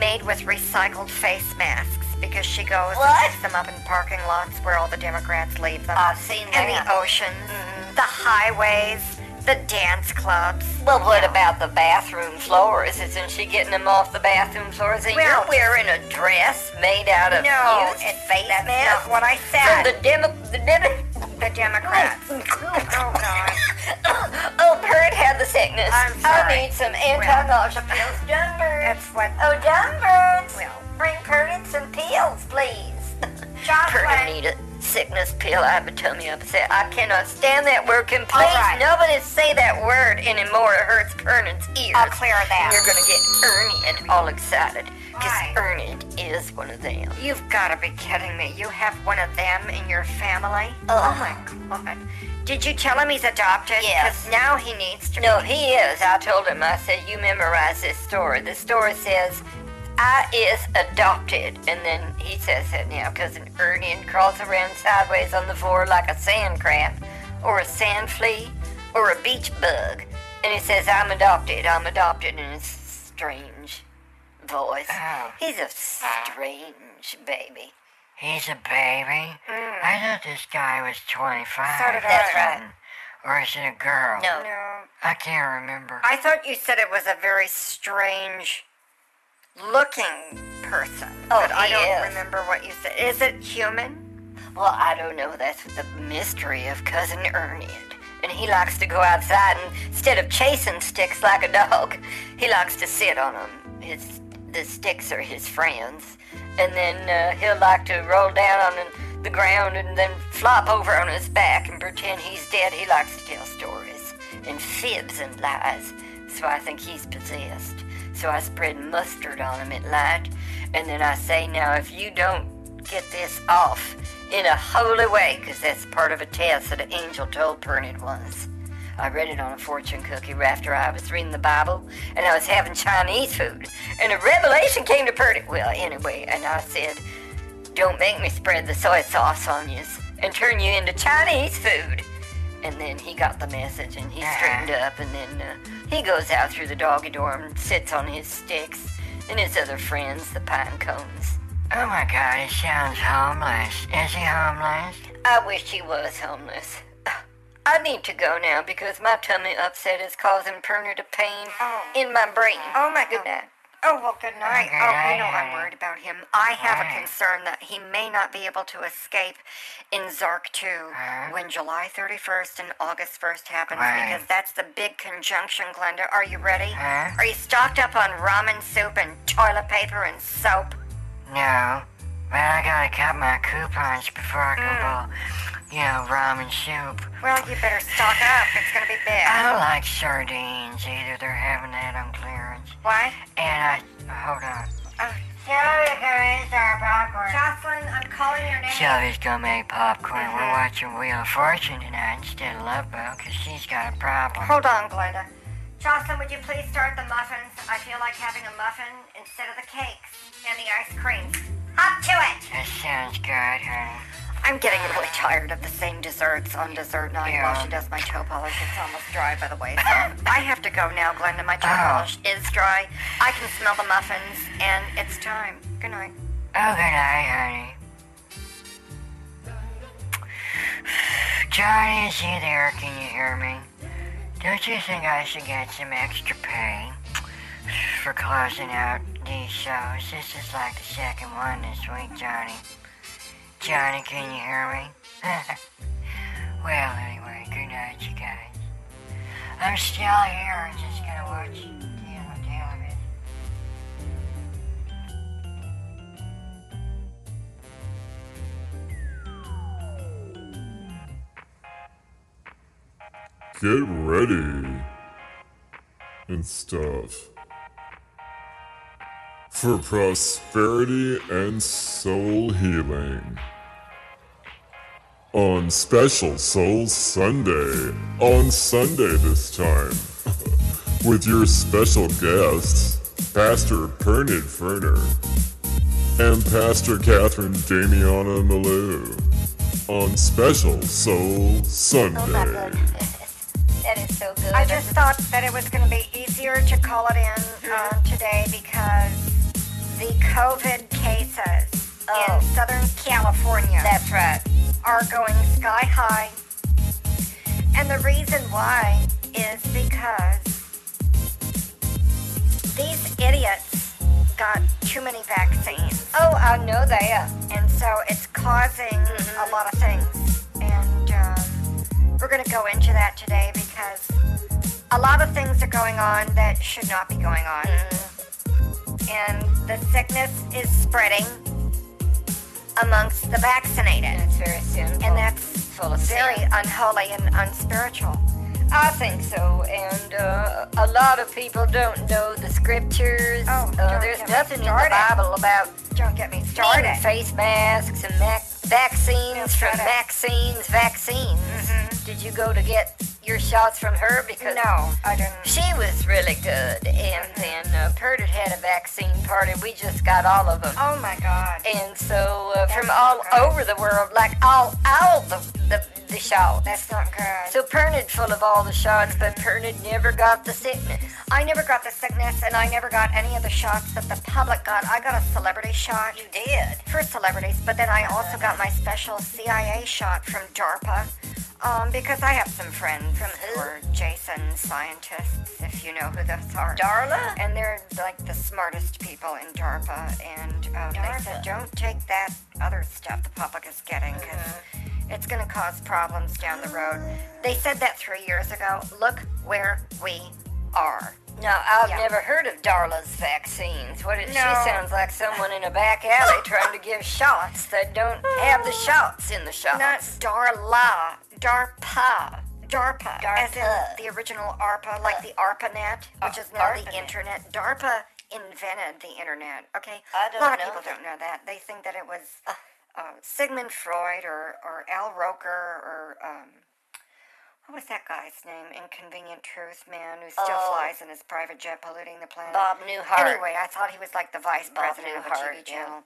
Speaker 1: made with recycled face masks because she goes
Speaker 2: What?
Speaker 1: and picks them up in parking lots where all the Democrats leave them.
Speaker 2: I've seen
Speaker 1: And
Speaker 2: that. Mm-hmm.
Speaker 1: the oceans, the highways, the dance clubs.
Speaker 2: Well, what about the bathroom floors? Isn't she getting them off the bathroom floors? And
Speaker 1: Well-
Speaker 2: you're wearing a dress made out of
Speaker 1: No,
Speaker 2: used
Speaker 1: it-
Speaker 2: face
Speaker 1: that's
Speaker 2: mask
Speaker 1: not what I
Speaker 2: from
Speaker 1: said.
Speaker 2: the demo, the demo.
Speaker 1: The Democrats. oh God.
Speaker 2: Oh, Pert had the sickness.
Speaker 1: I'm
Speaker 2: I
Speaker 1: sorry.
Speaker 2: need some anti-nausea pills. Dunbird.
Speaker 1: That's what.
Speaker 2: Oh, Dunbirds.
Speaker 1: Well.
Speaker 2: Bring Pert in some pills, please. Pert, I
Speaker 1: Jocelyn.
Speaker 2: need a sickness pill. I have a tummy upset. I cannot stand that word. Can please
Speaker 1: right.
Speaker 2: nobody say that word anymore. It hurts Pernan's ears.
Speaker 1: I'll clear that.
Speaker 2: You're gonna get Ernie and all excited because
Speaker 1: Why?
Speaker 2: Ernie is one of them.
Speaker 1: You've got to be kidding me. You have one of them in your family?
Speaker 2: Ugh.
Speaker 1: Oh my God. Did you tell him he's adopted?
Speaker 2: Yes.
Speaker 1: Because now he needs to.
Speaker 2: No, he is. I told him. I said, "You memorize this story." The story says, "I is adopted," and then he says it now because an Ernian crawls around sideways on the floor like a sand crab, or a sand flea, or a beach bug, and he says, "I'm adopted. I'm adopted," in his strange voice. He's a strange baby.
Speaker 3: He's a baby? I thought this guy was 25.
Speaker 1: Mm. So did I.
Speaker 2: That's right.
Speaker 3: Or is it a girl?
Speaker 2: No.
Speaker 1: No.
Speaker 3: I can't remember.
Speaker 1: I thought you said it was a very strange looking person.
Speaker 2: Oh,
Speaker 1: but I
Speaker 2: he
Speaker 1: don't
Speaker 2: is.
Speaker 1: remember what you said. Is it human?
Speaker 2: Well, I don't know. That's the mystery of Cousin Ernie. And he likes to go outside and instead of chasing sticks like a dog, he likes to sit on them. His the sticks are his friends, and then uh, he'll like to roll down on the- the ground and then flop over on his back and pretend he's dead. He likes to tell stories and fibs and lies, so I think he's possessed. So I spread mustard on him at night, and then I say, now if you don't get this off in a holy way, 'cause that's part of a test that an angel told Pernod once. I read it on a fortune cookie after I was reading the Bible and I was having Chinese food. And a revelation came to Pernod. Well, anyway, and I said, Don't make me spread the soy sauce on you and turn you into Chinese food. And then he got the message and he straightened up and then uh, he goes out through the doggy dorm, sits on his sticks and his other friends, the pine cones.
Speaker 3: Oh my god, he sounds homeless. Is he homeless?
Speaker 2: I wish he was homeless. I need to go now because my tummy upset is causing Perner to pain
Speaker 1: Oh.
Speaker 2: in my brain.
Speaker 1: Oh my God.
Speaker 2: Good night.
Speaker 1: Oh, well, good night.
Speaker 3: Okay,
Speaker 1: Oh, you
Speaker 3: I-
Speaker 1: know I'm worried about him. I have a
Speaker 3: Right.
Speaker 1: concern that he may not be able to escape in Zark 2 when July 31st and August 1st happens
Speaker 3: Right.
Speaker 1: because that's the big conjunction, Glenda. Are you ready?
Speaker 3: Huh?
Speaker 1: Are you stocked up on ramen soup and toilet paper and soap?
Speaker 3: No. But I gotta cut my coupons before I can buy, you know, ramen soup.
Speaker 1: Well, you better stock up. It's going to be big.
Speaker 3: I don't like sardines either. They're having that on clearance.
Speaker 1: Why?
Speaker 3: And I, hold on.
Speaker 1: Oh,
Speaker 3: Sylvia's gonna eat
Speaker 1: uh,
Speaker 3: our popcorn.
Speaker 1: Jocelyn, I'm calling your name.
Speaker 3: Sylvia's gonna make popcorn. We're watching Wheel of Fortune tonight instead of Love Boat because she's got a problem.
Speaker 1: Hold on, Glenda. Jocelyn, would you please start the muffins? I feel like having a muffin instead of the cakes and the ice cream.
Speaker 3: sounds good, honey.
Speaker 1: I'm getting really tired of the same desserts on dessert night while she does my toe polish. It's almost dry, by the way. So I have to go now, Glenda. My toe polish is dry. I can smell the muffins, and it's time. Good night.
Speaker 3: Oh, good night, honey. Johnny, is you there? Can you hear me? Don't you think I should get some extra pay for closing out these shows? This is like the second one this week, Johnny. Johnny, can you hear me? well, anyway, good night, you guys. I'm still here. I'm just gonna watch, you know, television.
Speaker 4: Get ready and stuff for prosperity and soul healing. On Special Soul Sunday. On Sunday this time. With your special guests, Pastor Pernod Ferner and Pastor Catherine Damiana Malou. On Special Soul Sunday.
Speaker 2: That is so good.
Speaker 1: I just thought that it was going to be easier to call it in
Speaker 2: Mm-hmm.
Speaker 1: uh, today because the COVID cases
Speaker 2: Oh.
Speaker 1: in Southern California
Speaker 2: That's right.
Speaker 1: are going sky high. And the reason why is because these idiots got too many vaccines.
Speaker 2: Oh, I know Mm-hmm. that.
Speaker 1: And so it's causing a lot of things. And um, we're going to go into that today because a lot of things are going on that should not be going on.
Speaker 2: Mm.
Speaker 1: And the sickness is spreading amongst the vaccinated.
Speaker 2: That's very simple.
Speaker 1: And that's
Speaker 2: full of
Speaker 1: very
Speaker 2: sin.
Speaker 1: unholy and unspiritual.
Speaker 2: I think so, and uh, a lot of people don't know the scriptures.
Speaker 1: Oh,
Speaker 2: uh,
Speaker 1: don't
Speaker 2: there's
Speaker 1: get me
Speaker 2: nothing in the
Speaker 1: started.
Speaker 2: Bible about
Speaker 1: Don't get me
Speaker 2: starting
Speaker 1: started.
Speaker 2: face masks and mac- vaccines
Speaker 1: That's
Speaker 2: from
Speaker 1: right.
Speaker 2: vaccines, vaccines. Did you go to get your shots from her? Because
Speaker 1: Mm-hmm. No, I didn't.
Speaker 2: She was really good, and then uh, Perdit had a vaccine party. We just got all of them.
Speaker 1: Oh my God.
Speaker 2: And so uh, from
Speaker 1: That's
Speaker 2: all
Speaker 1: not good.
Speaker 2: over the world, like all all the the, the shots.
Speaker 1: That's not good.
Speaker 2: so Pernod full of all the shots, but Pernod never got the sickness.
Speaker 1: I never got the sickness, and I never got any of the shots that the public got. I got a celebrity shot. You did? For celebrities, but then I also got my special CIA shot from DARPA. Um, because I have some friends from who are Jason scientists, if you know who those are.
Speaker 2: Darla?
Speaker 1: And they're like the smartest people in DARPA, and um, they said don't take that other stuff the public is getting because it's going to cause problems down the road. They said that three years ago. Look where we are.
Speaker 2: No, I've
Speaker 1: Yeah.
Speaker 2: never heard of Darla's vaccines. What
Speaker 1: No.
Speaker 2: is she sounds like someone in a back alley trying to give shots that don't have the shots in the shots.
Speaker 1: Not Darla, DARPA. DARPA, as in
Speaker 2: DARPA. Uh,
Speaker 1: the original ARPA, like the ARPANET, which is now the
Speaker 2: ARPANET.
Speaker 1: internet. DARPA invented the internet, okay?
Speaker 2: I don't
Speaker 1: A lot
Speaker 2: know
Speaker 1: of people
Speaker 2: that.
Speaker 1: don't know that. They think that it was uh, Sigmund Freud or, or Al Roker or, um, what was that guy's name? Inconvenient Truth Man who still
Speaker 2: Oh.
Speaker 1: flies in his private jet polluting the planet.
Speaker 2: Bob Newhart.
Speaker 1: Anyway, I thought he was like the vice president of a TV
Speaker 2: Newhart, yeah.
Speaker 1: channel.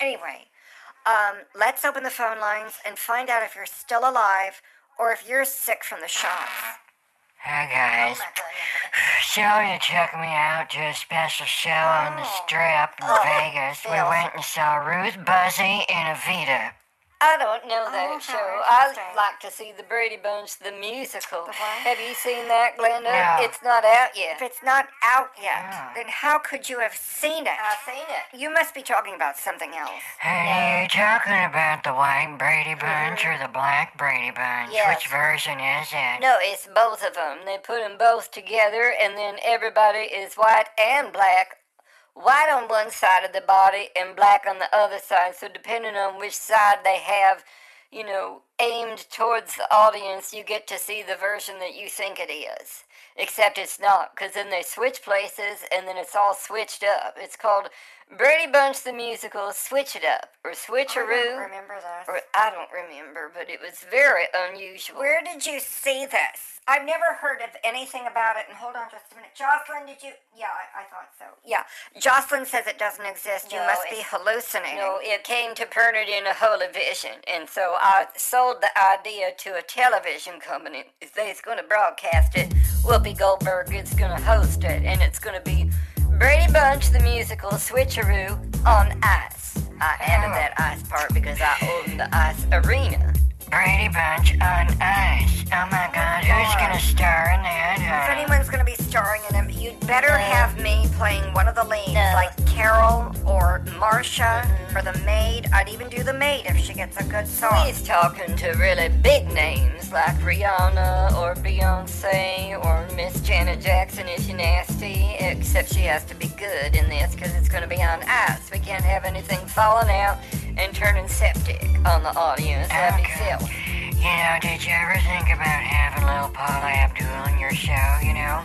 Speaker 1: Anyway, um, let's open the phone lines and find out if you're still alive or if you're sick from the shots.
Speaker 3: Hi, guys. Sonia took me out to a special show on the strip in
Speaker 2: Oh.
Speaker 3: Vegas. We went and saw Ruth Buzzy and Evita.
Speaker 2: I don't know that
Speaker 1: Oh, how
Speaker 2: show. I
Speaker 1: interesting.
Speaker 2: like to see the Brady Bunch, the musical.
Speaker 1: what?
Speaker 2: Have you seen that, Glenda?
Speaker 3: No.
Speaker 2: Uh, It's not out yet.
Speaker 1: If it's not out yet,
Speaker 3: Yeah.
Speaker 1: then how could you have seen it?
Speaker 2: I've seen it.
Speaker 1: You must be talking about something else.
Speaker 3: Honey, are you talking about the white Brady Bunch or the black Brady Bunch?
Speaker 2: Mm-hmm. Yes.
Speaker 3: Which version is it?
Speaker 2: No, it's both of them. They put them both together, and then everybody is white and black. White on one side of the body and black on the other side. So, depending on which side they have, you know, aimed towards the audience, you get to see the version that you think it is. Except it's not, because then they switch places and then it's all switched up. It's called Brady Bunch the Musical Switch It Up or
Speaker 1: don't
Speaker 2: Switcheroo.
Speaker 1: remember this.
Speaker 2: Or I don't remember, but it was very unusual.
Speaker 1: Where did you see this? I've never heard of anything about it. And hold on just a minute. Jocelyn, did you? Yeah, I, I thought so. Yeah. Jocelyn says it doesn't exist. You
Speaker 2: No,
Speaker 1: must be
Speaker 2: it's-
Speaker 1: hallucinating.
Speaker 2: No, it came to Pernod in a holovision, and so I sold the idea to a television company. They's going to broadcast it. Whoopi Goldberg is going to host it, and it's going to be Brady Bunch the musical Switcheroo on ice. I added that ice part because I own the ice arena.
Speaker 3: Brady Bunch on ice. Oh my god, who's gonna star in
Speaker 1: If
Speaker 3: that? Uh,
Speaker 1: anyone's going to be starring in it, you'd better have me playing one of the leads,
Speaker 2: No. Mm-hmm.
Speaker 1: like Carol or Marcia or the maid. I'd even do the maid if she gets a good song.
Speaker 2: He's talking to really big names like Rihanna or Beyonce or Miss Janet Jackson if she nasty, except she has to be good in this because it's going to be on ice. We can't have anything falling out and turning septic on the audience. That'd be
Speaker 3: Okay.
Speaker 2: silly.
Speaker 3: You know, did you ever think about having little Paula Abdul in your show, you know?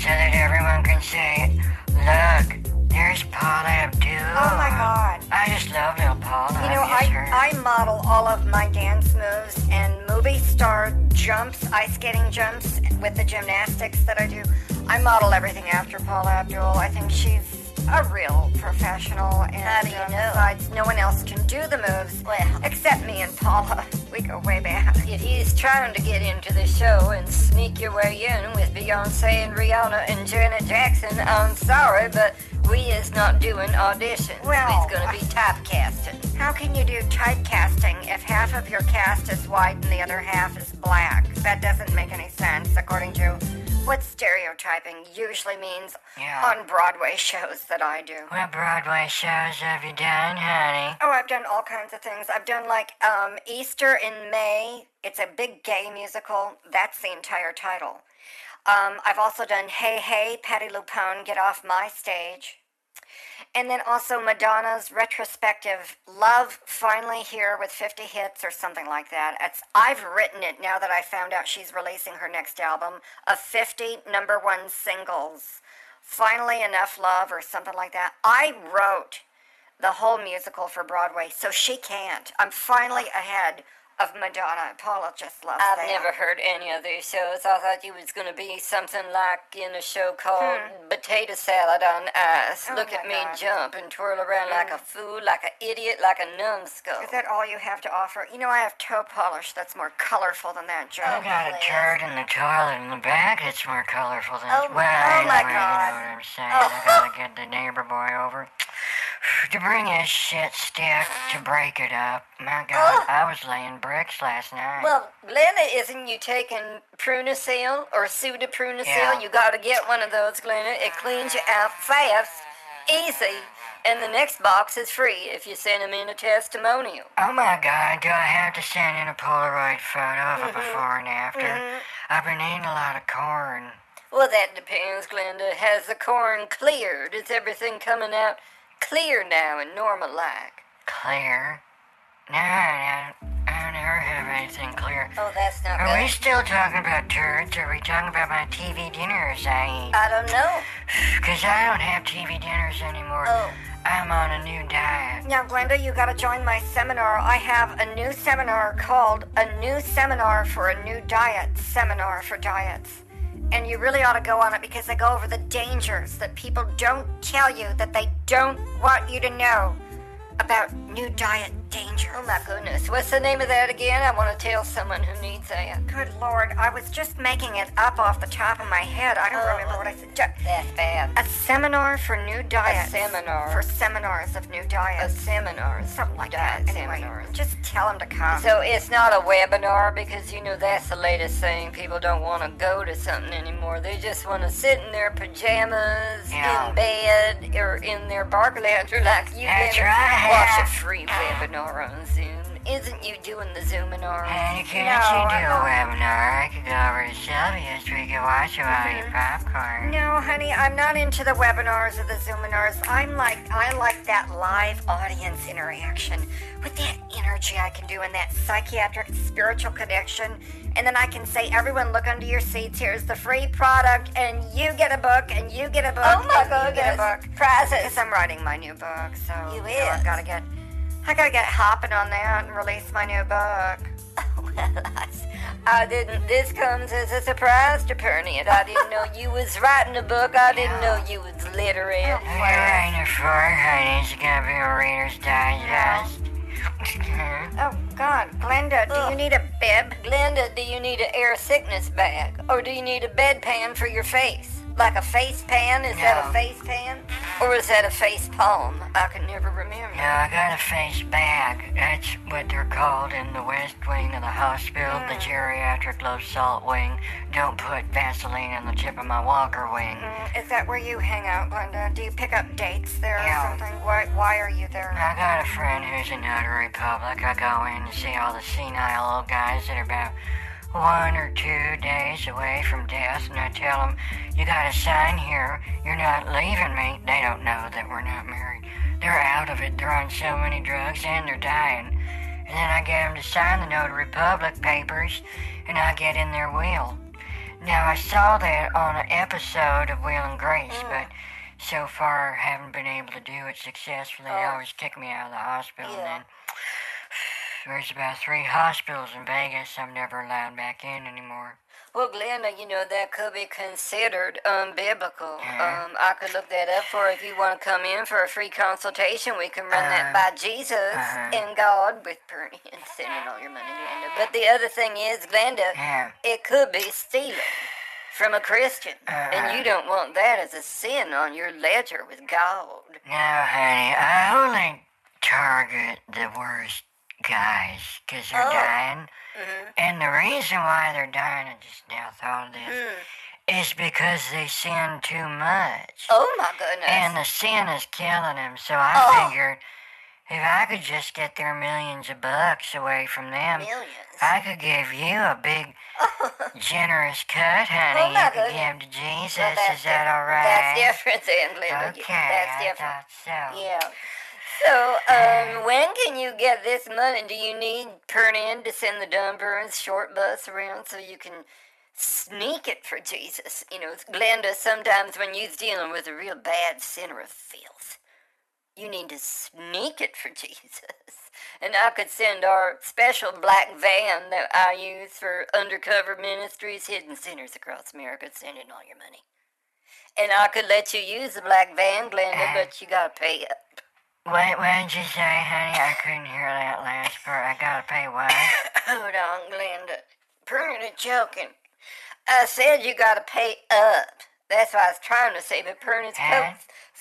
Speaker 3: So that everyone can say, look, there's Paula Abdul.
Speaker 1: Oh my god.
Speaker 3: I just love little Paula.
Speaker 1: You know,
Speaker 3: I, miss her.
Speaker 1: I, I model all of my dance moves and movie star jumps, ice skating jumps with the gymnastics that I do. I model everything after Paula Abdul. I think she's a real professional. And
Speaker 2: How do you
Speaker 1: um,
Speaker 2: know?
Speaker 1: Besides, no one else can do the moves
Speaker 2: Well.
Speaker 1: except me and Paula. We go way back.
Speaker 2: If he's trying to get into the show and sneak your way in with Beyonce and Rihanna and Janet Jackson, I'm sorry, but we is not doing auditions.
Speaker 1: Well,
Speaker 2: he's going to be typecasted.
Speaker 1: How can you do typecasting if half of your cast is white and the other half is black? That doesn't make any sense, according to what stereotyping usually means
Speaker 3: Yeah.
Speaker 1: on Broadway shows that I do.
Speaker 3: What Broadway shows have you done, honey?
Speaker 1: Oh, I've done all kinds of things. I've done like um, Easter in May. It's a big gay musical. That's the entire title. Um, I've also done Hey Hey, Patty Lupone, Get Off My Stage. And then also Madonna's retrospective Love Finally Here with 50 Hits or something like that. It's, I've written it now that I found out she's releasing her next album of 50 number one singles. Finally Enough Love or something like that. I wrote the whole musical for Broadway, so she can't. I'm finally ahead of Madonna. Paula just loves
Speaker 2: I've
Speaker 1: that.
Speaker 2: never heard any of these shows. I thought you was going to be something like in a show called Potato Salad on Ice. Look
Speaker 1: Hmm. Oh my
Speaker 2: at me
Speaker 1: God.
Speaker 2: jump and twirl around like a fool, like an idiot, like a numbskull.
Speaker 1: Is that all you have to offer? You know, I have toe polish that's more colorful than that, Joe.
Speaker 3: I got a turd in the toilet in the back that's more colorful than
Speaker 1: Oh,
Speaker 3: well,
Speaker 1: oh my
Speaker 3: anyway,
Speaker 1: God. Oh.
Speaker 3: you know what I'm saying. I gotta get the neighbor boy over to bring his shit stick to break it up. My
Speaker 1: Oh.
Speaker 3: God, I was laying bricks last night.
Speaker 2: Well, Glenna, isn't you taking Prunicil or Pseudoprunicil?
Speaker 3: Yeah.
Speaker 2: You got to get one of those, Glenna. It cleans you out fast, easy, and the next box is free if you send them in a testimonial.
Speaker 3: oh my God, do I have to send in a Polaroid photo of a before and after? I've been eating a lot of corn.
Speaker 2: Well, that depends, Glenda. Has the corn cleared? Is everything coming out clear now and normal like?
Speaker 3: Clear? No, I don't, I don't ever have anything clear.
Speaker 2: Oh, that's not
Speaker 3: Are we
Speaker 2: good.
Speaker 3: still talking about turds? Are we talking about my TV dinners I eat?
Speaker 2: I don't know.
Speaker 3: Because I don't have TV dinners anymore.
Speaker 2: Oh.
Speaker 3: I'm on a new diet.
Speaker 1: Now, Glenda, you gotta join my seminar. I have a new seminar called A New Seminar for a New Diet Seminar for Diets. And you really ought to go on it because they go over the dangers that people don't tell you that they don't want you to know about new diet dangers.
Speaker 2: Oh my goodness. What's the name of that again? I want to tell someone who needs that.
Speaker 1: Good lord, I was just making it up off the top of my head. I don't
Speaker 2: Oh.
Speaker 1: remember what I said. Ju-
Speaker 2: That's bad.
Speaker 1: A seminar for new diets.
Speaker 2: seminar.
Speaker 1: For seminars of new
Speaker 2: A
Speaker 1: diets.
Speaker 2: seminar,
Speaker 1: Something like
Speaker 2: diet
Speaker 1: that. Anyway,
Speaker 2: seminar.
Speaker 1: just tell them to come.
Speaker 2: So it's not a webinar because you know that's the latest thing. People don't want to go to something anymore. They just want to sit in their pajamas,
Speaker 3: Yeah.
Speaker 2: in bed, or in their bark lounge, or like you
Speaker 3: That's
Speaker 2: Glenda.
Speaker 3: right.
Speaker 2: Watch a free webinar. webinar on Zoom. Isn't you doing the Zoominar?
Speaker 3: And can't
Speaker 1: No,
Speaker 3: you do
Speaker 1: I'm
Speaker 3: a
Speaker 1: not.
Speaker 3: webinar? I could go over to Sylvia's. We could watch you while you eat
Speaker 2: Mm-hmm.
Speaker 3: popcorn.
Speaker 1: No, honey, I'm not into the webinars or the Zoominars. I'm like, I like that live audience interaction with that energy I can do and that psychiatric spiritual connection. And then I can say, everyone, look under your seats. Here's the free product, and you get a book, and you get a book,
Speaker 2: Oh my
Speaker 1: and you get a
Speaker 2: goodness.
Speaker 1: book.
Speaker 2: Prizes.
Speaker 1: Because I'm writing my new book, so
Speaker 2: You
Speaker 1: know, I've
Speaker 2: is.
Speaker 1: got to get, I got to get hopping on that and release my new book.
Speaker 2: Well, I, I didn't. This comes as a surprise to Perny, and I didn't know you was writing a book. I didn't know you was literate.
Speaker 3: You're writing it for honey. It's gonna be a Reader's Digest.
Speaker 1: Oh God, Glenda, do
Speaker 2: Ugh.
Speaker 1: you need a bib?
Speaker 2: Glenda, do you need an air sickness bag, or do you need a bedpan for your face? Like a face pan? Is that a
Speaker 3: No.
Speaker 2: face pan, or is that a face palm? I can never remember.
Speaker 3: no, I got a face bag. That's what they're called in the West Wing of the hospital, the geriatric low salt wing. Don't put Vaseline on the tip of my walker wing.
Speaker 1: Is that where you hang out, Glenda? Do you pick up dates there
Speaker 3: Yeah.
Speaker 1: or something? Why, why are you there?
Speaker 3: I got a friend who's a notary public. I go in and see all the senile old guys that are about one or two days away from death, and I tell them, You got a sign here. You're not leaving me. They don't know that we're not married. They're out of it. They're on so many drugs and they're dying. And then I get them to sign the notary public papers, and I get in their will. Now, I saw that on an episode of Will and Grace, but so far haven't been able to do it successfully. They always kick me out of the hospital.
Speaker 2: Yeah.
Speaker 3: And then there's about three hospitals in Vegas I'm never allowed back in anymore.
Speaker 2: Well, Glenda, you know that could be considered unbiblical. Um, I could look that up for if you want to come in for a free consultation. We can run that
Speaker 1: Uh-huh.
Speaker 2: by Jesus and God with Bernie and sending all your money, Glenda. But the other thing is, Glenda,
Speaker 3: Yeah.
Speaker 2: it could be stealing from a Christian,
Speaker 1: Uh-huh.
Speaker 2: and you don't want that as a sin on your ledger with God.
Speaker 3: No, honey, I only target the worst guys because they're dying. And the reason why they're dying, I just now thought of this, is because they sin too much.
Speaker 2: Oh my goodness!
Speaker 3: And um, the sin is killing him, so I
Speaker 2: Oh.
Speaker 3: figured if I could just get their millions of bucks away from them,
Speaker 2: millions.
Speaker 3: I could give you a big, generous cut, honey.
Speaker 2: my
Speaker 3: you could give
Speaker 2: goodness.
Speaker 3: to Jesus.
Speaker 2: Well,
Speaker 3: is that
Speaker 2: di-
Speaker 3: all right?
Speaker 2: That's different, then, Glenda.
Speaker 3: Okay,
Speaker 2: that's
Speaker 3: I
Speaker 2: different.
Speaker 3: thought so.
Speaker 2: Yeah. So, um, when can you get this money? Do you need Pernin to send the Dunburns short bus around so you can sneak it for Jesus? You know, Glenda, sometimes when you're dealing with a real bad sinner of filth, you need to sneak it for Jesus. And I could send our special black van that I use for undercover ministries, hidden sinners across America, send in all your money. And I could let you use the black van, Glenda, but you gotta pay up.
Speaker 3: What, what did you say, honey? I couldn't hear that last part. I gotta pay what?
Speaker 2: Hold on, Glenda. Perna choking. I said you gotta pay up. That's what I was trying to say, but Perna's
Speaker 3: Huh?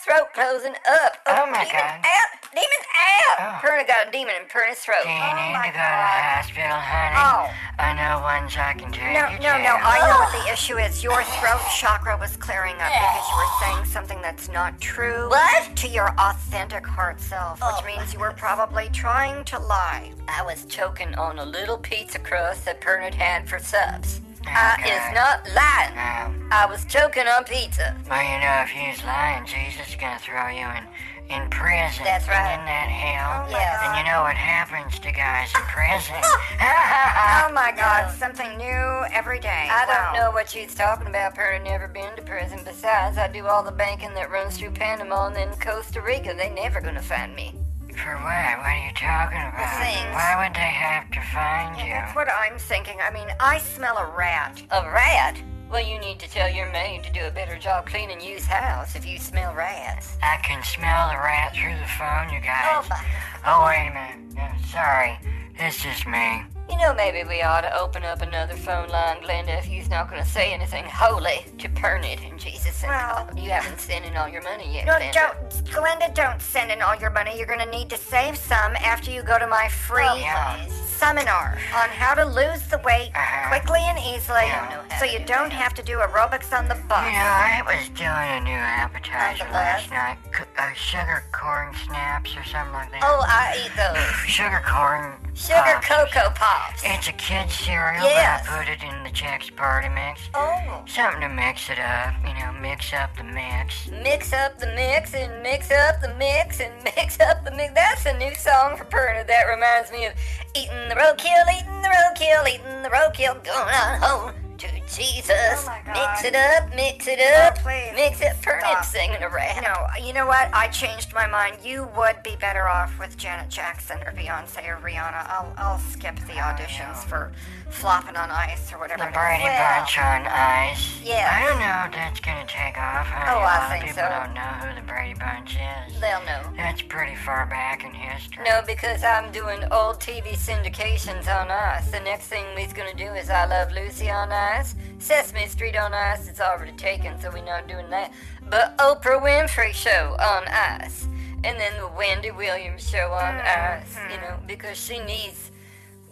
Speaker 2: throat, throat closing up.
Speaker 3: Oh, my Oh.
Speaker 2: demon
Speaker 3: God.
Speaker 2: out! Demon out! Perna got a demon in Perna's throat. Oh
Speaker 3: Do you need
Speaker 1: my
Speaker 3: to go to the hospital, honey?
Speaker 1: Oh.
Speaker 3: I know ones I can take
Speaker 1: No,
Speaker 3: you
Speaker 1: no,
Speaker 3: to.
Speaker 1: no. I know what the issue is. Your throat chakra was clearing up because you were saying something that's not true.
Speaker 2: What? Oh.
Speaker 1: To your authentic heart self, which means you were probably trying to lie.
Speaker 2: I was choking on a little pizza crust that Perna had for subs. I
Speaker 3: Okay.
Speaker 2: is not lying.
Speaker 3: Um,
Speaker 2: I was choking on pizza.
Speaker 3: well, you know, if he's lying, Jesus is gonna throw you in, in prison.
Speaker 2: That's
Speaker 3: and
Speaker 2: right.
Speaker 3: In that hell.
Speaker 1: Oh, my
Speaker 2: Yes.
Speaker 3: And you know what happens to guys in prison?
Speaker 1: Oh my God! Something new every day.
Speaker 2: I
Speaker 1: Wow.
Speaker 2: don't know what she's talking about, Perna. Never been to prison. Besides, I do all the banking that runs through Panama and then Costa Rica. They never gonna find me.
Speaker 3: For what? What are you talking about?
Speaker 2: things.
Speaker 3: Why would they have to find you?
Speaker 1: That's what I'm thinking. I mean, I smell a rat.
Speaker 2: A rat? Well, you need to tell your maid to do a better job cleaning you's house if you smell rats.
Speaker 3: I can smell the rat through the phone, you guys.
Speaker 2: Oh, my-
Speaker 3: Oh, wait a minute. No, sorry. This is me.
Speaker 2: You know, maybe we ought to open up another phone line, Glenda, if you's not gonna say anything holy to Pernod and Jesus and
Speaker 1: Well-
Speaker 2: God. You haven't sent in all your money yet,
Speaker 1: No,
Speaker 2: Glenda.
Speaker 1: don't, Glenda. Don't send in all your money. You're gonna need to save some after you go to my free
Speaker 2: Oh, yeah.
Speaker 1: seminar on how to lose the weight
Speaker 3: Uh-huh.
Speaker 1: quickly and easily
Speaker 3: Yeah.
Speaker 1: so you don't have to do aerobics on the
Speaker 3: You
Speaker 1: bus.
Speaker 3: know, I was doing a new appetizer
Speaker 1: On the left.
Speaker 3: last night. C- uh, sugar corn snaps or something like that.
Speaker 2: Oh, I eat those. Ah.
Speaker 3: Sugar corn.
Speaker 2: Sugar
Speaker 3: pops.
Speaker 2: cocoa pops.
Speaker 3: It's a kid's cereal,
Speaker 2: Yes.
Speaker 3: but I put it in the Jack's Party Mix.
Speaker 2: Oh.
Speaker 3: Something to mix it up, you know, mix up the mix.
Speaker 2: Mix up the mix and mix up the mix and mix up the mix. That's a new song for Perna that reminds me of eating the roadkill, eating the roadkill, eating the roadkill, going on home to Jesus.
Speaker 1: Oh my God.
Speaker 2: Mix it up, mix it up,
Speaker 1: Oh, please,
Speaker 2: mix it.
Speaker 1: stop.
Speaker 2: Perna's singing a rap.
Speaker 1: No, you know what? I changed my mind. You would be better off with Janet Jackson or Beyonce or Rihanna. I'll, I'll skip the auditions for flopping on ice or whatever.
Speaker 3: The
Speaker 1: it is.
Speaker 3: Brady
Speaker 2: Well.
Speaker 3: Bunch on ice.
Speaker 2: Yeah.
Speaker 3: I don't know if that's gonna take off. I
Speaker 2: Oh,
Speaker 3: mean, a
Speaker 2: I
Speaker 3: lot
Speaker 2: think
Speaker 3: of people
Speaker 2: so.
Speaker 3: don't know who the Brady Bunch is.
Speaker 2: They'll know.
Speaker 3: That's pretty far back in history.
Speaker 2: No, because I'm doing old TV syndications on Ice. The next thing we's gonna do is I Love Lucy on Ice, Sesame Street on Ice. It's already taken, so we're not doing that. But Oprah Winfrey Show on Ice, and then the Wendy Williams Show on Ice. You know, because she needs.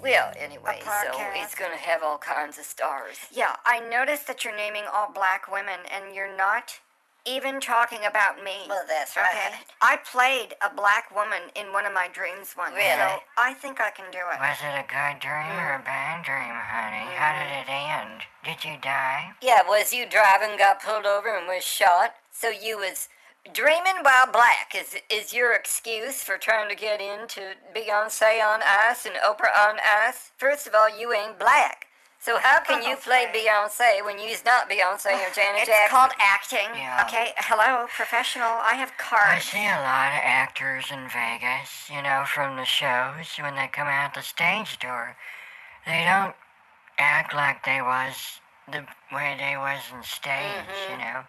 Speaker 2: Well, anyway, so
Speaker 1: podcast.
Speaker 2: it's gonna have all kinds of stars.
Speaker 1: Yeah, I noticed that you're naming all black women, and you're not even talking about me.
Speaker 2: Well, that's
Speaker 1: Okay.
Speaker 2: right.
Speaker 1: I played a black woman in one of my dreams once. So
Speaker 2: Really?
Speaker 1: I think I can do it.
Speaker 3: Was it a good dream or a bad dream, honey? How did it end? Did you die?
Speaker 2: Yeah, was you driving, got pulled over, and was shot? So you was dreaming while black is is your excuse for trying to get into Beyonce on ice and Oprah on ice? First of all, you ain't black. So how can you play Beyonce when you's not Beyonce or
Speaker 1: Oh,
Speaker 2: Janet
Speaker 1: It's
Speaker 2: Jackson?
Speaker 1: called acting.
Speaker 3: Yeah.
Speaker 1: Okay. Hello, professional. I have
Speaker 3: I
Speaker 1: cards.
Speaker 3: see a lot of actors in Vegas, you know, from the shows when they come out the stage door. They don't act like they was the way they was on stage, you know.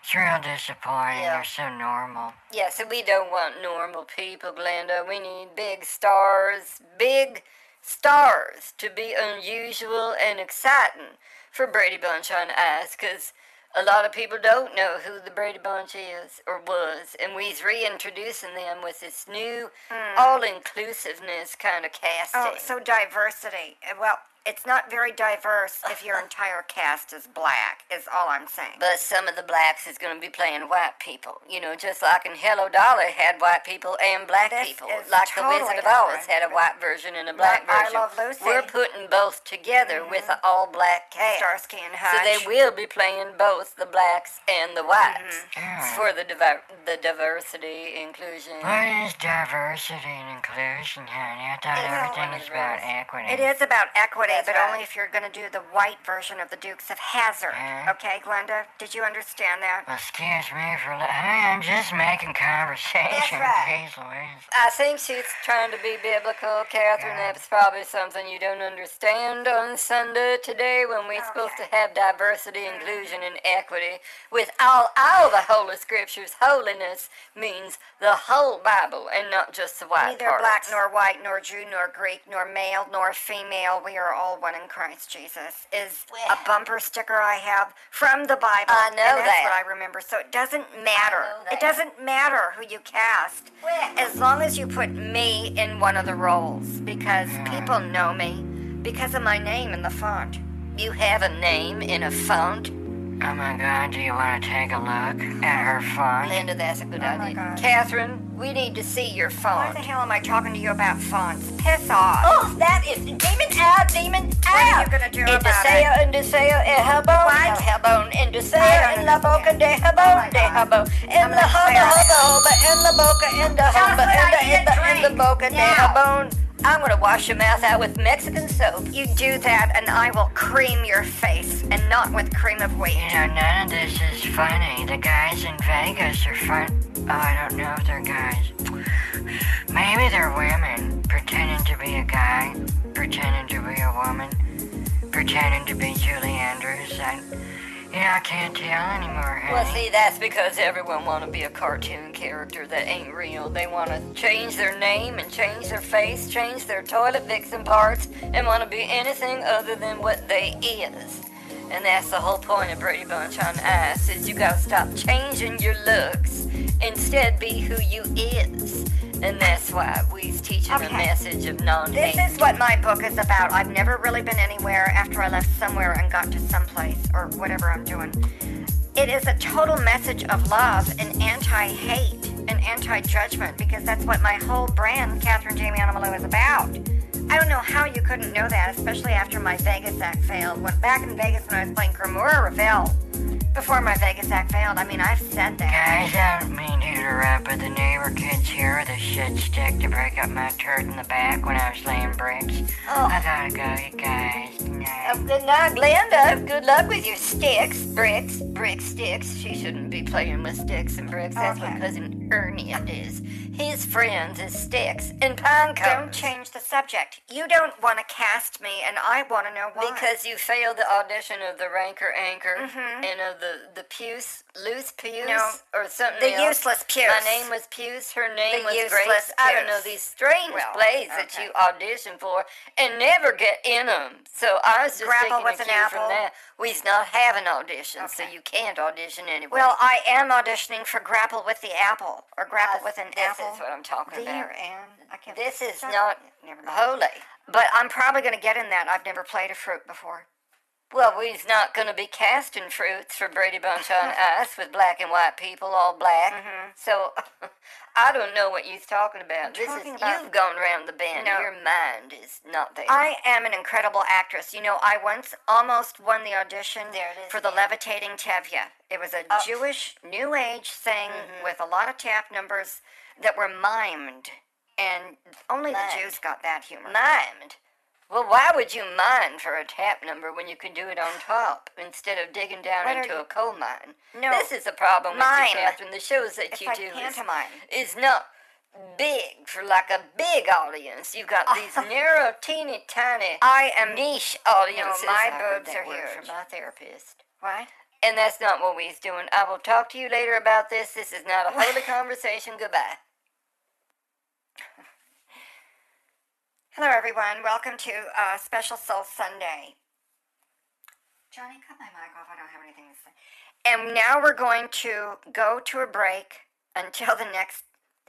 Speaker 3: It's real disappointing.
Speaker 2: Yeah.
Speaker 3: They're so normal.
Speaker 2: Yeah, so we don't want normal people, Glenda. We need big stars, big stars to be unusual and exciting for Brady Bunch on Ice, 'cause a lot of people don't know who the Brady Bunch is or was, and we's reintroducing them with this new all-inclusiveness kind of casting.
Speaker 1: Hmm. Oh, so diversity. Uh, Well, it's not very diverse if your entire cast is black. Is all I'm saying.
Speaker 2: But some of the blacks is going to be playing white people. You know, just like in Hello Dolly had white people and black
Speaker 1: This
Speaker 2: people.
Speaker 1: is
Speaker 2: Like
Speaker 1: totally
Speaker 2: the Wizard of
Speaker 1: different.
Speaker 2: Oz had a white version and a black
Speaker 1: I
Speaker 2: version.
Speaker 1: Love Lucy. Mm-hmm.
Speaker 2: We're putting both together with an all black cast.
Speaker 1: Starsky and
Speaker 2: So
Speaker 1: Hutch.
Speaker 2: they will be playing both the blacks and the whites
Speaker 1: Mm-hmm.
Speaker 3: Yeah.
Speaker 2: for the diver- the diversity inclusion.
Speaker 3: What is diversity and inclusion, honey? I thought
Speaker 1: It's all
Speaker 3: everything
Speaker 2: one of
Speaker 3: is about
Speaker 2: those.
Speaker 3: equity.
Speaker 1: It is about equity,
Speaker 2: That's
Speaker 1: but
Speaker 2: right.
Speaker 1: only if you're going to do the white version of the Dukes of Hazard.
Speaker 2: Uh-huh.
Speaker 3: Mhm.
Speaker 1: Okay, Glenda, did you understand that?
Speaker 3: Well, excuse me for. Li- honey, I'm just making conversation.
Speaker 2: right.
Speaker 3: Jeez Louise.
Speaker 2: I think she's trying to be biblical, Catherine.
Speaker 3: Yeah.
Speaker 2: That's probably something you don't understand on Sunday today when
Speaker 1: Oh,
Speaker 2: we're supposed to have diversity,
Speaker 1: Mm-hmm.
Speaker 2: inclusion, and equity with all, all the Holy Scriptures. Holiness means the whole Bible and not just the white
Speaker 1: Neither black
Speaker 2: parts.
Speaker 1: nor white nor Jew nor Greek nor male nor female. We are all one in Christ Jesus. Is
Speaker 2: Well.
Speaker 1: a bumper sticker I have from the Bible.
Speaker 2: I
Speaker 1: and
Speaker 2: know
Speaker 1: that's
Speaker 2: that.
Speaker 1: what I remember. So it doesn't matter.
Speaker 2: I know that.
Speaker 1: It doesn't matter who you cast.
Speaker 2: Well.
Speaker 1: As long as you put me in one of the roles, because people know me because of my name and the font.
Speaker 2: You have a name in a font.
Speaker 3: Oh my god, do you want to take a look at her font?
Speaker 2: Linda, that's a good
Speaker 1: Oh my
Speaker 2: idea.
Speaker 1: God.
Speaker 2: Catherine, we need to see your
Speaker 1: Why the
Speaker 2: font.
Speaker 1: hell am I talking to you about fonts? Piss off.
Speaker 2: Oh, that is demon out, demon out.
Speaker 1: are you gonna do
Speaker 2: and
Speaker 1: about it?
Speaker 2: deseo, And deseo, and habon,
Speaker 1: What?
Speaker 2: and habon, and
Speaker 1: I
Speaker 2: deseo,
Speaker 1: don't
Speaker 2: and la boca
Speaker 1: understand.
Speaker 2: de
Speaker 1: Oh my
Speaker 2: habon, de
Speaker 1: God.
Speaker 2: habon,
Speaker 1: I'm
Speaker 2: and la
Speaker 1: gonna
Speaker 2: hoba,
Speaker 1: clear
Speaker 2: hoba, hoba, and la boca, and the
Speaker 1: Tell us
Speaker 2: hoba,
Speaker 1: what I
Speaker 2: and the,
Speaker 1: need
Speaker 2: and
Speaker 1: to
Speaker 2: the, and the
Speaker 1: drink.
Speaker 2: boca de
Speaker 1: Now.
Speaker 2: habon. I'm gonna wash your mouth out with Mexican soap.
Speaker 1: You do that, and I will cream your face, and not with cream of
Speaker 3: You
Speaker 1: wheat.
Speaker 3: know, none of this is funny. The guys in Vegas are fun. Oh, I don't know if they're guys. Maybe they're women pretending to be a guy, pretending to be a woman, pretending to be Julie Andrews. I, you know, I can't tell anymore, honey.
Speaker 2: Well, see, that's because everyone want to be a cartoon character that ain't real. They want to change their name and change their face, change their toilet vixen parts, and want to be anything other than what they is. And that's the whole point of Brady Bunch on Ice is you gotta stop changing your looks. Instead, be who you is. And that's why we's teaching a
Speaker 1: Okay.
Speaker 2: message of non
Speaker 1: This
Speaker 2: hate.
Speaker 1: is what my book is about. I've never really been anywhere after I left somewhere and got to someplace or whatever I'm doing. It is a total message of love and anti hate and anti judgment because that's what my whole brand, Catherine Jamie Animalo, is about. I don't know how you couldn't know that, especially after my Vegas act failed. When back in Vegas when I was playing Cremora Revel, before my Vegas act failed, I mean, I've said that.
Speaker 3: Guys, I don't mean to interrupt, but the neighbor kids here with a shit stick to break up my turd in the back when I was laying bricks.
Speaker 2: Oh.
Speaker 3: I gotta go, you guys. Night.
Speaker 1: Um,
Speaker 2: Uh, Good night, Glenda. Good luck with your sticks, bricks, brick sticks. She shouldn't be playing with sticks and bricks. That's
Speaker 1: Okay.
Speaker 2: what cousin Ernie is. His friends is sticks and pine
Speaker 1: Don't
Speaker 2: cones.
Speaker 1: change the subject. You don't want to cast me, and I want to know why.
Speaker 2: Because you failed the audition of the ranker anchor and of the the puce loose puce
Speaker 1: Mm-hmm. No.
Speaker 2: or something.
Speaker 1: The
Speaker 2: else.
Speaker 1: useless puce.
Speaker 2: My name was puce. Her name
Speaker 1: The
Speaker 2: was
Speaker 1: useless
Speaker 2: Grace. I don't
Speaker 1: puce.
Speaker 2: know these strange
Speaker 1: Well,
Speaker 2: plays that
Speaker 1: okay.
Speaker 2: you audition for and never get in them. So I was just
Speaker 1: Grapple
Speaker 2: taking
Speaker 1: with
Speaker 2: a
Speaker 1: an
Speaker 2: cue
Speaker 1: apple.
Speaker 2: from that. We's not having auditions, so
Speaker 1: Okay.
Speaker 2: you can't audition anyway.
Speaker 1: Well, I am auditioning for Grapple with the Apple or Grapple with an
Speaker 2: this
Speaker 1: Apple.
Speaker 2: is what I'm talking
Speaker 1: Dear
Speaker 2: about.
Speaker 1: Anne, I can't.
Speaker 2: This is
Speaker 1: stop.
Speaker 2: not
Speaker 1: Never mind.
Speaker 2: holy.
Speaker 1: But I'm probably going to get in that. I've never played a fruit before.
Speaker 2: Well, we's not going to be casting fruits for Brady Bunch on ice with black and white people all black.
Speaker 1: Mm-hmm.
Speaker 2: So I don't know what you're talking about. this
Speaker 1: talking
Speaker 2: is
Speaker 1: about-
Speaker 2: you've gone round the bend.
Speaker 1: No.
Speaker 2: Your mind is not there.
Speaker 1: I am an incredible actress. You know, I once almost won the audition
Speaker 2: There it is
Speaker 1: for the
Speaker 2: again.
Speaker 1: Levitating Tevye. It was a
Speaker 2: Oh.
Speaker 1: Jewish New Age thing
Speaker 3: Mm-hmm.
Speaker 1: with a lot of tap numbers that were mimed, and only
Speaker 2: Mimed.
Speaker 1: the Jews got that humor.
Speaker 2: mimed. Well, why would you mine for a tap number when you can do it on top instead of digging down
Speaker 1: What are
Speaker 2: into
Speaker 1: you-
Speaker 2: a coal mine?
Speaker 1: No.
Speaker 2: This is the problem with
Speaker 1: Mime.
Speaker 2: you, Catherine. The shows that
Speaker 1: It's
Speaker 2: you
Speaker 1: like
Speaker 2: do
Speaker 1: pantomime.
Speaker 2: is, is not big for like a big audience. You've got these narrow, teeny tiny
Speaker 1: I am.
Speaker 2: niche
Speaker 1: You know,
Speaker 2: audiences.
Speaker 1: my
Speaker 2: I heard
Speaker 1: boobs
Speaker 2: that
Speaker 1: are
Speaker 2: word
Speaker 1: huge.
Speaker 2: From my therapist.
Speaker 1: What?
Speaker 2: And that's not what we's doing. I will talk to you later about this. This is not a holy conversation. Goodbye.
Speaker 1: Hello, everyone. Welcome to uh, Special Soul Sunday. Johnny, cut my mic off. I don't have anything to say. And now we're going to go to a break until the next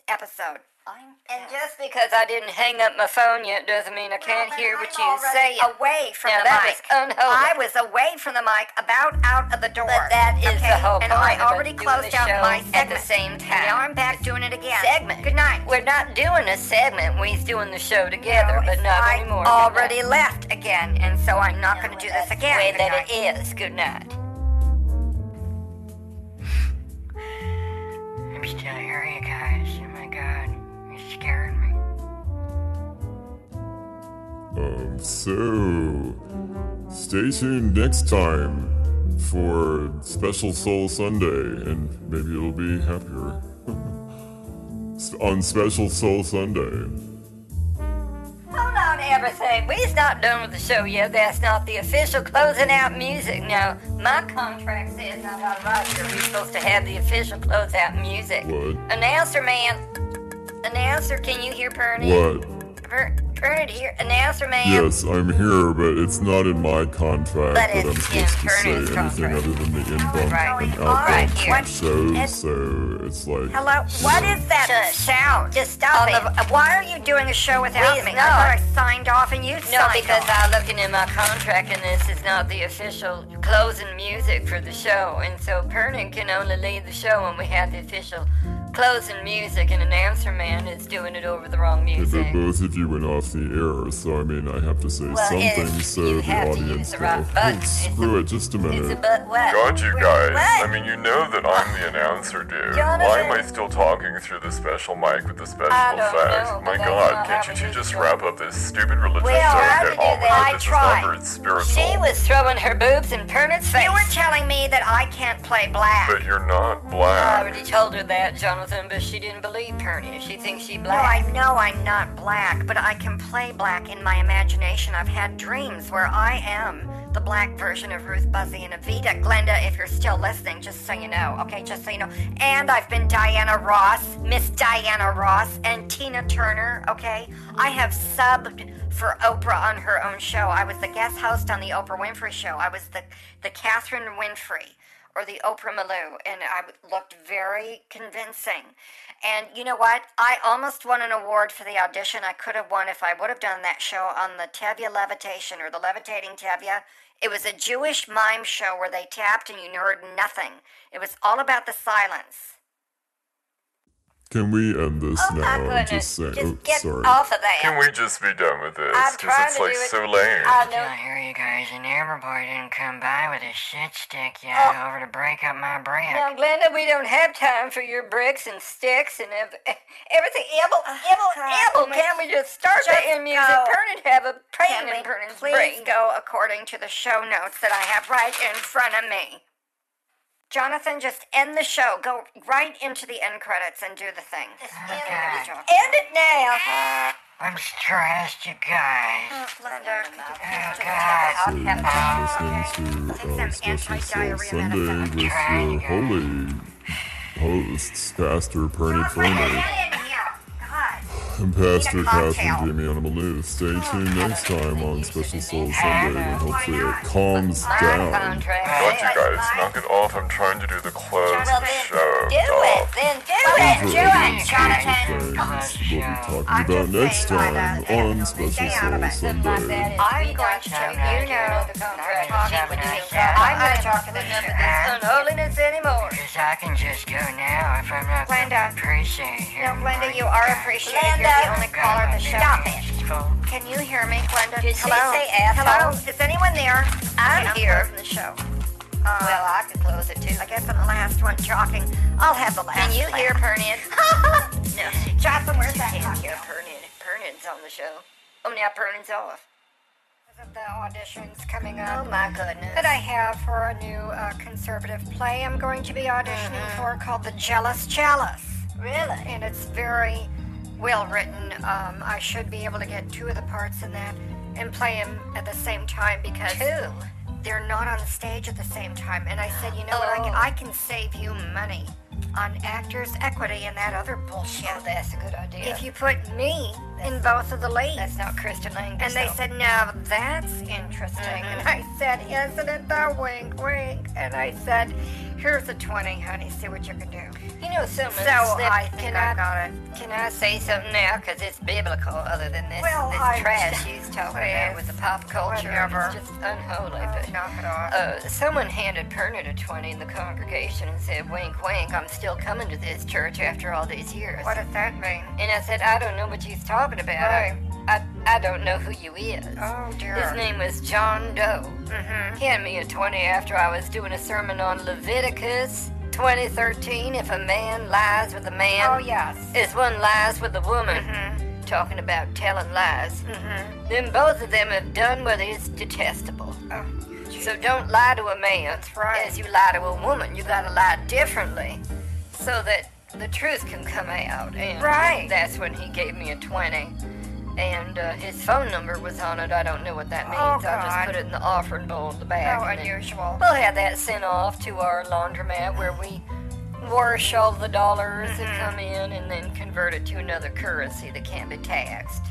Speaker 1: episode. I'm
Speaker 2: And just because I didn't hang up my phone yet doesn't mean I can't hear what you say.
Speaker 1: Away from
Speaker 2: Now
Speaker 1: the
Speaker 2: that
Speaker 1: mic.
Speaker 2: is unholy.
Speaker 1: I was away from the mic, about out of the door.
Speaker 2: But that is
Speaker 1: okay?
Speaker 2: the whole
Speaker 1: And
Speaker 2: point
Speaker 1: I
Speaker 2: of
Speaker 1: already
Speaker 2: doing
Speaker 1: closed
Speaker 2: the
Speaker 1: out
Speaker 2: show
Speaker 1: my
Speaker 2: at
Speaker 1: segment.
Speaker 2: the same
Speaker 1: And now
Speaker 2: time.
Speaker 1: I'm back doing it again.
Speaker 2: Segment.
Speaker 1: Good night.
Speaker 2: We're not doing a segment. We's doing the show together, but not
Speaker 1: I
Speaker 2: anymore. Good night.
Speaker 1: already left again, and so I'm not going to do this
Speaker 2: That's
Speaker 1: again.
Speaker 2: The way
Speaker 1: Good
Speaker 2: that
Speaker 1: night.
Speaker 2: it is. Good night.
Speaker 3: I'm still here, you guys. Oh my god. You scared me.
Speaker 4: Um, so, stay tuned next time for Special Soul Sunday, and maybe it'll be happier. S- On Special Soul Sunday.
Speaker 2: Hold on, everything. We's not done with the show yet. That's not the official closing out music. Now, my contract says I'm not Roger. We're supposed to have the official closeout music.
Speaker 4: What?
Speaker 2: Announcer man. Announcer, can you hear Pernod?
Speaker 4: What?
Speaker 2: Per- Pernod here. Announcer man.
Speaker 4: Yes, I'm here, but it's not in my contract
Speaker 2: But
Speaker 4: that I'm
Speaker 2: it's
Speaker 4: supposed
Speaker 2: in
Speaker 4: to say
Speaker 2: Bernie's
Speaker 4: anything
Speaker 2: contract.
Speaker 4: other than the in bump
Speaker 2: right.
Speaker 4: and
Speaker 2: All
Speaker 4: out
Speaker 2: right,
Speaker 4: bump
Speaker 2: here.
Speaker 4: and shows, so it's like.
Speaker 1: Hello? What is that
Speaker 2: Shush.
Speaker 1: sound?
Speaker 2: Just stop
Speaker 1: On
Speaker 2: it.
Speaker 1: the- why are you doing a show without
Speaker 2: Please,
Speaker 1: me?
Speaker 2: no.
Speaker 1: I thought I signed off and you
Speaker 2: No,
Speaker 1: signed
Speaker 2: because
Speaker 1: off.
Speaker 2: I'm looking in my contract, and this is not the official closing music for the show. And so Pernin can only leave the show when we have the official closing music, and announcer man is doing it over the wrong
Speaker 4: Yeah,
Speaker 2: music.
Speaker 4: But both of you went off the air, so I mean, I have to say
Speaker 2: Well,
Speaker 4: something
Speaker 2: if
Speaker 4: so
Speaker 2: you
Speaker 4: the
Speaker 2: have to use
Speaker 4: audience
Speaker 2: the right
Speaker 4: go,
Speaker 2: button,
Speaker 4: "Hey,
Speaker 2: it's
Speaker 4: screw it, just a
Speaker 2: It's a
Speaker 4: minute.
Speaker 2: but what?
Speaker 4: Got you guys.
Speaker 2: What?
Speaker 4: I mean, you know that I'm the announcer, dude. Why am I still talking through the special mic with the special
Speaker 2: I don't
Speaker 4: effects?
Speaker 2: know, but
Speaker 4: My
Speaker 2: that's
Speaker 4: God,
Speaker 2: not
Speaker 4: can't
Speaker 2: how
Speaker 4: you
Speaker 2: we
Speaker 4: two
Speaker 2: do
Speaker 4: just
Speaker 2: it.
Speaker 4: wrap up this stupid religious
Speaker 2: Well,
Speaker 4: zone
Speaker 2: how
Speaker 4: and
Speaker 2: do you
Speaker 4: all
Speaker 2: do
Speaker 4: we
Speaker 2: that?
Speaker 4: this
Speaker 1: I tried.
Speaker 4: is number, it's spiritual.
Speaker 2: She was throwing her boobs in Pernod's face.
Speaker 1: You were telling me that I can't play black.
Speaker 4: But you're not
Speaker 2: I
Speaker 4: black.
Speaker 2: already told her that, Jonathan, but she didn't believe Pernod. She thinks she
Speaker 1: No, Oh, I
Speaker 2: black.
Speaker 1: know I'm not black, but I can play black in my imagination. I've had dreams where I am the black version of Ruth Buzzy and Evita. Glenda, if you're still listening, just so you know, okay, just so you know. And I've been Diana Ross, Miss Diana Ross, and Tina Turner, okay? I have subbed for Oprah on her own show. I was the guest host on the Oprah Winfrey show. I was the the Catherine Winfrey or the Oprah Malou, and I w- looked very convincing. And you know what? I almost won an award for the audition. I could have won if I would have done that show on the Tevya Levitation or the Levitating Tevya. It was a Jewish mime show where they tapped and you heard nothing. It was all about the silence.
Speaker 5: Can we end this
Speaker 2: Oh
Speaker 5: now?
Speaker 2: my
Speaker 5: and just
Speaker 2: goodness!
Speaker 5: say,
Speaker 2: Just,
Speaker 5: oh,
Speaker 2: get
Speaker 5: sorry.
Speaker 2: off of that.
Speaker 4: Can we just be done with this?
Speaker 2: I'm
Speaker 4: Because
Speaker 2: trying
Speaker 4: it's
Speaker 2: to
Speaker 4: like
Speaker 2: do it.
Speaker 4: so lame.
Speaker 2: I
Speaker 3: Still
Speaker 2: know.
Speaker 3: here, you guys, and Amberboy didn't come by with his shit stick yet
Speaker 2: Oh.
Speaker 3: over to break up my brick.
Speaker 2: Now, Glenda, we don't have time for your bricks and sticks and ev- everything. Evil,
Speaker 1: Ah,
Speaker 2: evil,
Speaker 1: God, oh
Speaker 2: evil.
Speaker 1: my-
Speaker 2: Can we just start
Speaker 1: Just
Speaker 2: the end music?
Speaker 1: go.
Speaker 2: Pernan have a
Speaker 1: Can
Speaker 2: pain
Speaker 1: we
Speaker 2: in Pernan's
Speaker 1: please
Speaker 2: brain.
Speaker 1: go according to the show notes that I have right in front of me? Jonathan, just end the show. Go right into the end credits and do the thing.
Speaker 3: end
Speaker 2: End it now.
Speaker 3: I'm stressed, you
Speaker 2: Mm.
Speaker 3: guys.
Speaker 1: Linda, could you please just
Speaker 3: God.
Speaker 1: take a help?
Speaker 5: Thank you for listening to our
Speaker 1: some
Speaker 5: uh, special Soul
Speaker 1: anti-diarrhea
Speaker 5: Sunday
Speaker 1: medicine.
Speaker 5: with your holy hosts, Pastor Pernie Furman
Speaker 1: Get in here. God.
Speaker 5: and Pastor
Speaker 1: Need a cocktail.
Speaker 5: Catherine Jamie Animalou. Stay tuned next time on Special Soul Sunday when hopefully it calms down.
Speaker 4: God,
Speaker 2: Contract.
Speaker 4: you guys, knock it off. I'm trying to do the close
Speaker 2: Well, then
Speaker 4: show.
Speaker 2: do it.
Speaker 4: Doc.
Speaker 2: Then do it.
Speaker 5: For
Speaker 2: Do it.
Speaker 5: audience
Speaker 3: Jonathan.
Speaker 5: concerns, We'll be
Speaker 1: I'm
Speaker 5: talking about
Speaker 1: just
Speaker 5: next
Speaker 1: saying, like,
Speaker 5: time
Speaker 1: uh,
Speaker 5: on
Speaker 1: stay
Speaker 5: Special
Speaker 1: out of
Speaker 5: Soul
Speaker 1: it.
Speaker 5: Sunday.
Speaker 2: I'm going to
Speaker 3: Shut up,
Speaker 2: talk
Speaker 3: Nigel.
Speaker 2: you know the contract.
Speaker 3: Shut up, Nigel.
Speaker 2: I'm not talking to none of this unholiness anymore.
Speaker 3: Because I can just go now if I'm not
Speaker 1: Glenda.
Speaker 3: appreciated here.
Speaker 1: No, Glenda, you are appreciated. You're
Speaker 2: Glenda.
Speaker 1: the only caller of the show.
Speaker 2: Stop
Speaker 3: it.
Speaker 1: Can you hear me, Glenda?
Speaker 2: Did she
Speaker 1: Hello?
Speaker 2: say asshole?
Speaker 1: Hello? Is anyone there?
Speaker 2: I'm here.
Speaker 1: From the show. Uh,
Speaker 2: Well, I can close it too.
Speaker 1: I guess I'm the last one talking. I'll have the last.
Speaker 2: Can you
Speaker 1: laugh.
Speaker 2: hear Pernan?
Speaker 1: No. Jocelyn, where's that
Speaker 2: Can't
Speaker 1: cocktail?
Speaker 2: hear Pernan. Pernan's on the show. Oh, now Pernan's off.
Speaker 1: Of the auditions coming
Speaker 2: Oh
Speaker 1: up
Speaker 2: my goodness.
Speaker 1: that I have for a new uh, conservative play I'm going to be auditioning for called The Jealous Chalice.
Speaker 2: Mm-hmm. Really?
Speaker 1: and it's very well written. Um, I should be able to get two of the parts in that and play them at the same time because
Speaker 2: Two.
Speaker 1: they're not on stage at the same time. And I said, you know what? I can,
Speaker 2: Oh.
Speaker 1: I can save you money on actors' equity and that other bullshit.
Speaker 2: Oh, that's a good idea.
Speaker 1: If you put me in both of the leads.
Speaker 2: that's not Kristen Langus.
Speaker 1: And they
Speaker 2: though.
Speaker 1: said, no, that's interesting. And I said, isn't it the wink, wink? And I said, here's a 20, honey. See what you can do.
Speaker 2: you know, someone
Speaker 1: So
Speaker 2: slipped-
Speaker 1: I think
Speaker 2: can
Speaker 1: I
Speaker 2: I,
Speaker 1: got it.
Speaker 2: can I say something now? Because it's biblical, other than this,
Speaker 1: Well,
Speaker 2: this
Speaker 1: I-
Speaker 2: trash she's talking
Speaker 1: Well,
Speaker 2: about with the pop culture. and
Speaker 1: whatever.
Speaker 2: It's just unholy. but
Speaker 1: Knock it off.
Speaker 2: uh, someone handed Pernod a 20 in the congregation and said, Wink, wink, I'm still coming to this church after all these years.
Speaker 1: What does that mean?
Speaker 2: And I said, I don't know what he's talking about. I, I, I don't know who you is.
Speaker 1: Oh dear.
Speaker 2: His name was John Doe. Mm-hmm. He had me a 20 after I was doing a sermon on Leviticus 2013. If a man lies with a man,
Speaker 1: Oh yes.
Speaker 2: is one lies with a woman.
Speaker 1: Mm-hmm.
Speaker 2: Talking about telling lies. Then both of them have done what is detestable.
Speaker 1: Oh,
Speaker 2: So don't lie to a man
Speaker 1: right.
Speaker 2: as you lie to a woman. You gotta lie differently so that the truth can come out. And
Speaker 1: Right.
Speaker 2: That's when he gave me a 20. And uh, his phone number was on it. I don't know what that means.
Speaker 1: Oh,
Speaker 2: I just
Speaker 1: God.
Speaker 2: put it in the offering bowl in the bag.
Speaker 1: how
Speaker 2: and then-
Speaker 1: unusual.
Speaker 2: We'll have that sent off to our laundromat where we wash all the dollars
Speaker 1: Mm-hmm.
Speaker 2: that come in and then convert it to another currency that can't be taxed.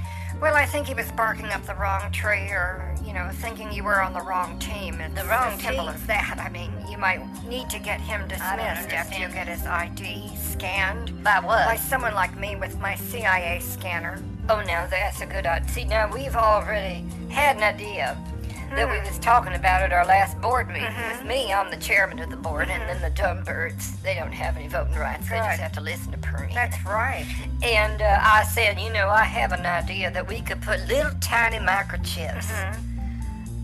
Speaker 1: Well, I think he was barking up the wrong tree, or you know, thinking you were on the wrong team. It's the
Speaker 2: wrong
Speaker 1: as simple
Speaker 2: team.
Speaker 1: as that. I mean, you might need to get him dismissed after you
Speaker 2: understand.
Speaker 1: get his ID scanned
Speaker 2: By what?
Speaker 1: by someone like me with my CIA scanner.
Speaker 2: Oh, now that's a good idea. See, now we've already had an idea that
Speaker 1: Mm-hmm.
Speaker 2: we was talking about at our last board meeting. With me, I'm the chairman of the board, and then the dumb birds, they don't have any voting rights. They
Speaker 1: Mm-hmm. Good.
Speaker 2: just have to listen to Pernie.
Speaker 1: That's right.
Speaker 2: And uh, I said, you know, I have an idea that we could put little tiny microchips
Speaker 1: Mm-hmm.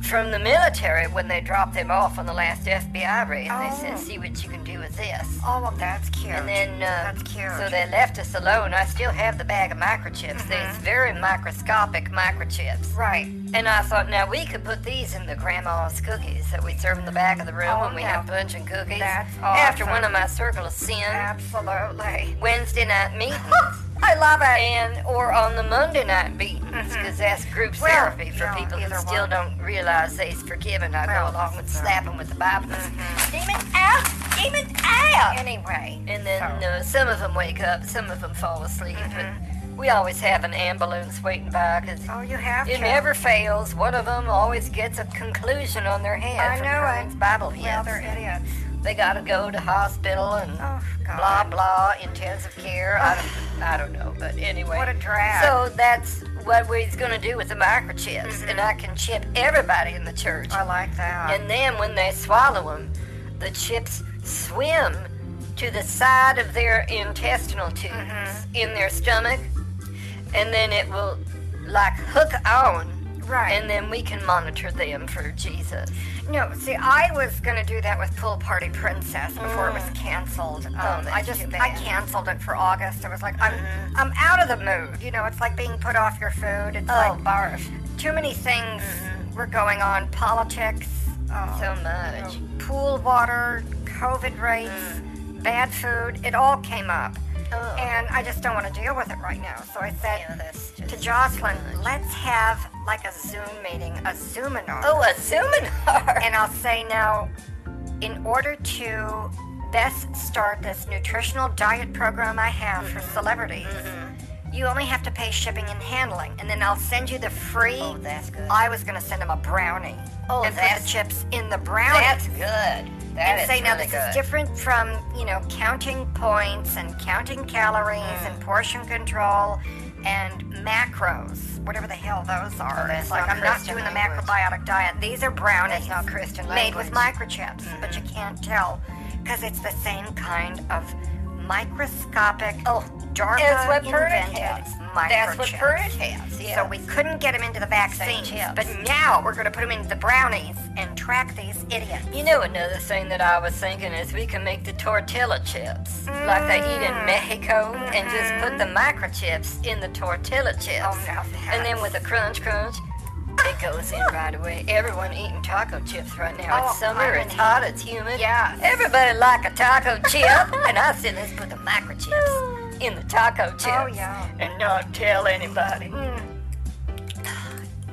Speaker 2: from the military when they dropped them off on the last FBI raid. And they said, see what you can do with this.
Speaker 1: Oh, well, Oh. that's cute.
Speaker 2: And then, uh,
Speaker 1: That's cute.
Speaker 2: so they left us alone. I still have the bag of microchips. These very microscopic microchips.
Speaker 1: Mm-hmm. right.
Speaker 2: And I thought, now we could put these in the grandma's cookies that we serve in the back of the room
Speaker 1: Oh,
Speaker 2: when we
Speaker 1: no.
Speaker 2: have punch and cookies.
Speaker 1: That's
Speaker 2: After
Speaker 1: awesome.
Speaker 2: one of my circle of sin
Speaker 1: Absolutely.
Speaker 2: Wednesday night meetings. I love it. And or on the Monday night meetings because that's group
Speaker 1: Mm-hmm. Well,
Speaker 2: therapy for
Speaker 1: yeah,
Speaker 2: people
Speaker 1: either
Speaker 2: who still
Speaker 1: one.
Speaker 2: don't realize they's forgiven. I
Speaker 1: Well, Mm-hmm.
Speaker 2: go along with
Speaker 1: yeah.
Speaker 2: slapping with the Bible. Demon out, demon out.
Speaker 1: Anyway.
Speaker 2: And then
Speaker 1: So-
Speaker 2: uh, some of them wake up, some of them fall asleep.
Speaker 1: Mm-hmm.
Speaker 2: But we always have an ambulance waiting by because
Speaker 1: Oh, you have
Speaker 2: it
Speaker 1: to.
Speaker 2: never fails. One of them always gets a conclusion on their head
Speaker 1: I
Speaker 2: from
Speaker 1: know it.
Speaker 2: Perrin's Bible
Speaker 1: Well,
Speaker 2: hits.
Speaker 1: they're idiots.
Speaker 2: they gotta go to hospital and
Speaker 1: Oh, God.
Speaker 2: blah blah intensive care. I don't, I don't know, but anyway.
Speaker 1: What a drag.
Speaker 2: So that's what we're gonna do with the microchips,
Speaker 1: Mm-hmm.
Speaker 2: and I can chip everybody in the church.
Speaker 1: I like that.
Speaker 2: And then when they swallow them, the chips swim to the side of their intestinal tubes
Speaker 1: Mm-hmm.
Speaker 2: in their stomach, and then it will like hook on.
Speaker 1: Right.
Speaker 2: And then we can monitor them for Jesus.
Speaker 1: No, see, I was gonna do that with Pool Party Princess before it was canceled. Um, I
Speaker 2: Mm. Oh, that's
Speaker 1: just
Speaker 2: too
Speaker 1: I
Speaker 2: bad. Mm-hmm.
Speaker 1: canceled it for August. It was like I'm I'm out of the mood. You know, it's like being put off your food. It's
Speaker 2: Oh,
Speaker 1: like
Speaker 2: barf.
Speaker 1: too many things were going on. Politics, uh,
Speaker 2: So much.
Speaker 1: pool water, COVID rates, bad food. It all came up,
Speaker 2: Mm. Oh.
Speaker 1: and I just don't want to deal with it right now. So I said
Speaker 2: Yeah, that's just
Speaker 1: to Jocelyn, let's have like a Zoom meeting, a Zoominar.
Speaker 2: Oh, a seminar.
Speaker 1: And I'll say now, in order to best start this nutritional diet program I have for
Speaker 2: Mm-hmm.
Speaker 1: celebrities, you only have to pay shipping and handling. And then I'll send you the free.
Speaker 2: Oh, that's good.
Speaker 1: I was going to send them a brownie.
Speaker 2: Oh,
Speaker 1: and put the
Speaker 2: that's-
Speaker 1: chips in the brownie.
Speaker 2: That's good. That
Speaker 1: and
Speaker 2: is
Speaker 1: say now
Speaker 2: really
Speaker 1: this
Speaker 2: good.
Speaker 1: is different from you know counting points and counting calories
Speaker 2: Mm.
Speaker 1: and portion control and macros, whatever the hell those are.
Speaker 2: Oh, that's
Speaker 1: it's like
Speaker 2: not
Speaker 1: I'm not
Speaker 2: Christian
Speaker 1: doing
Speaker 2: language.
Speaker 1: the macrobiotic diet. These are brownies,
Speaker 2: not Christian
Speaker 1: made with
Speaker 2: language. Mm-hmm.
Speaker 1: microchips, but you can't tell because it's the same kind of microscopic. Oh, DARPA
Speaker 2: That's what Purdick
Speaker 1: invented
Speaker 2: has.
Speaker 1: microchips.
Speaker 2: That's what Purdick has.
Speaker 1: So
Speaker 2: Yeah.
Speaker 1: we couldn't get them into the vaccines,
Speaker 2: chips.
Speaker 1: but now we're going to put them into the brownies and track these idiots.
Speaker 2: You know, another thing that I was thinking is we can make the tortilla chips like they eat
Speaker 1: Mm.
Speaker 2: in Mexico and just put the microchips in the tortilla chips.
Speaker 1: Mm-hmm. Oh, now
Speaker 2: and then with a crunch crunch, it goes in right away. Everyone eating taco chips right now.
Speaker 1: Oh,
Speaker 2: it's summer,
Speaker 1: I
Speaker 2: it's
Speaker 1: mean-
Speaker 2: hot, it's humid.
Speaker 1: Yes.
Speaker 2: Everybody like a taco chip. and I said, let's put the microchips in the taco chips.
Speaker 1: Oh, yeah. Mm.
Speaker 2: And not tell anybody.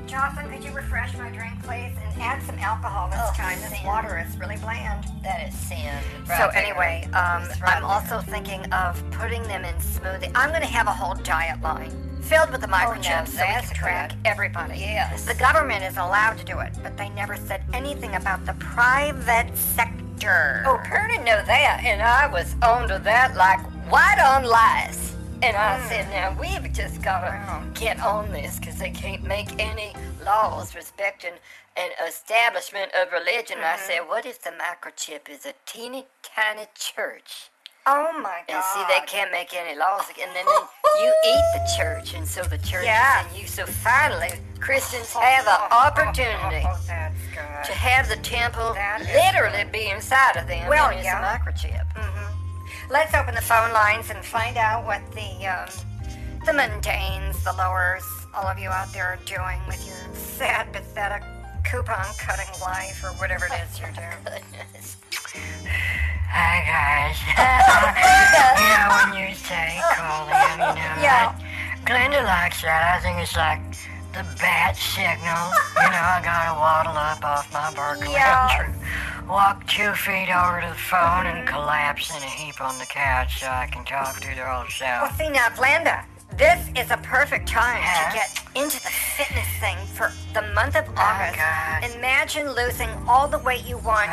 Speaker 1: Jocelyn, could you refresh my drink, please, and add some alcohol this
Speaker 2: Oh,
Speaker 1: time? This
Speaker 2: sin.
Speaker 1: water is really bland.
Speaker 2: That is sin.
Speaker 1: so
Speaker 2: right there.
Speaker 1: anyway, um,
Speaker 2: It's right
Speaker 1: I'm also thinking of putting them in smoothie. I'm going to have a whole diet line filled with the microchips so we
Speaker 2: Oh, that's
Speaker 1: can track
Speaker 2: good.
Speaker 1: everybody.
Speaker 2: Yes.
Speaker 1: The government is allowed to do it, but they never said anything about the private sector.
Speaker 2: Oh, Perna know that, and I was onto that like white on lice. And I said, now we've just got to
Speaker 1: Mm. Wow.
Speaker 2: get on this because they can't make any laws respecting an establishment of religion. I
Speaker 1: Mm-hmm.
Speaker 2: said, what if the microchip is a teeny tiny church?
Speaker 1: Oh my
Speaker 2: And see, they can't make any laws, and then you eat the church, and so the church
Speaker 1: Yeah.
Speaker 2: is in you. So finally, Christians have an opportunity
Speaker 1: Oh, that's good.
Speaker 2: to have the temple
Speaker 1: That is-
Speaker 2: literally be inside of them.
Speaker 1: Well,
Speaker 2: and it's
Speaker 1: yeah.
Speaker 2: a microchip.
Speaker 1: Let's open the phone lines and find out what the um, the mundanes, the lowers, all of you out there are doing with your sad, pathetic coupon cutting life or whatever it is you're doing.
Speaker 2: Goodness.
Speaker 3: Hi guys. you know when you say call in, you know
Speaker 1: Yeah.
Speaker 3: like, Glenda likes that. I think it's like the bat signal. you know, I gotta waddle up off my Berkeley
Speaker 1: Yeah.
Speaker 3: and tr- walk two feet over to the phone and collapse in a heap on the couch so I can talk through the whole show.
Speaker 1: Well, Oh, see now, Glenda, this is a perfect time
Speaker 3: Huh? Oh,
Speaker 1: to get into the fitness thing for the month of August.
Speaker 3: God.
Speaker 1: Imagine losing all the weight you want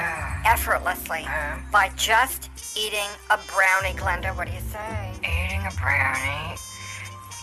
Speaker 1: effortlessly
Speaker 3: Huh?
Speaker 1: by just eating a brownie, Glenda. What do you say?
Speaker 3: Eating a brownie.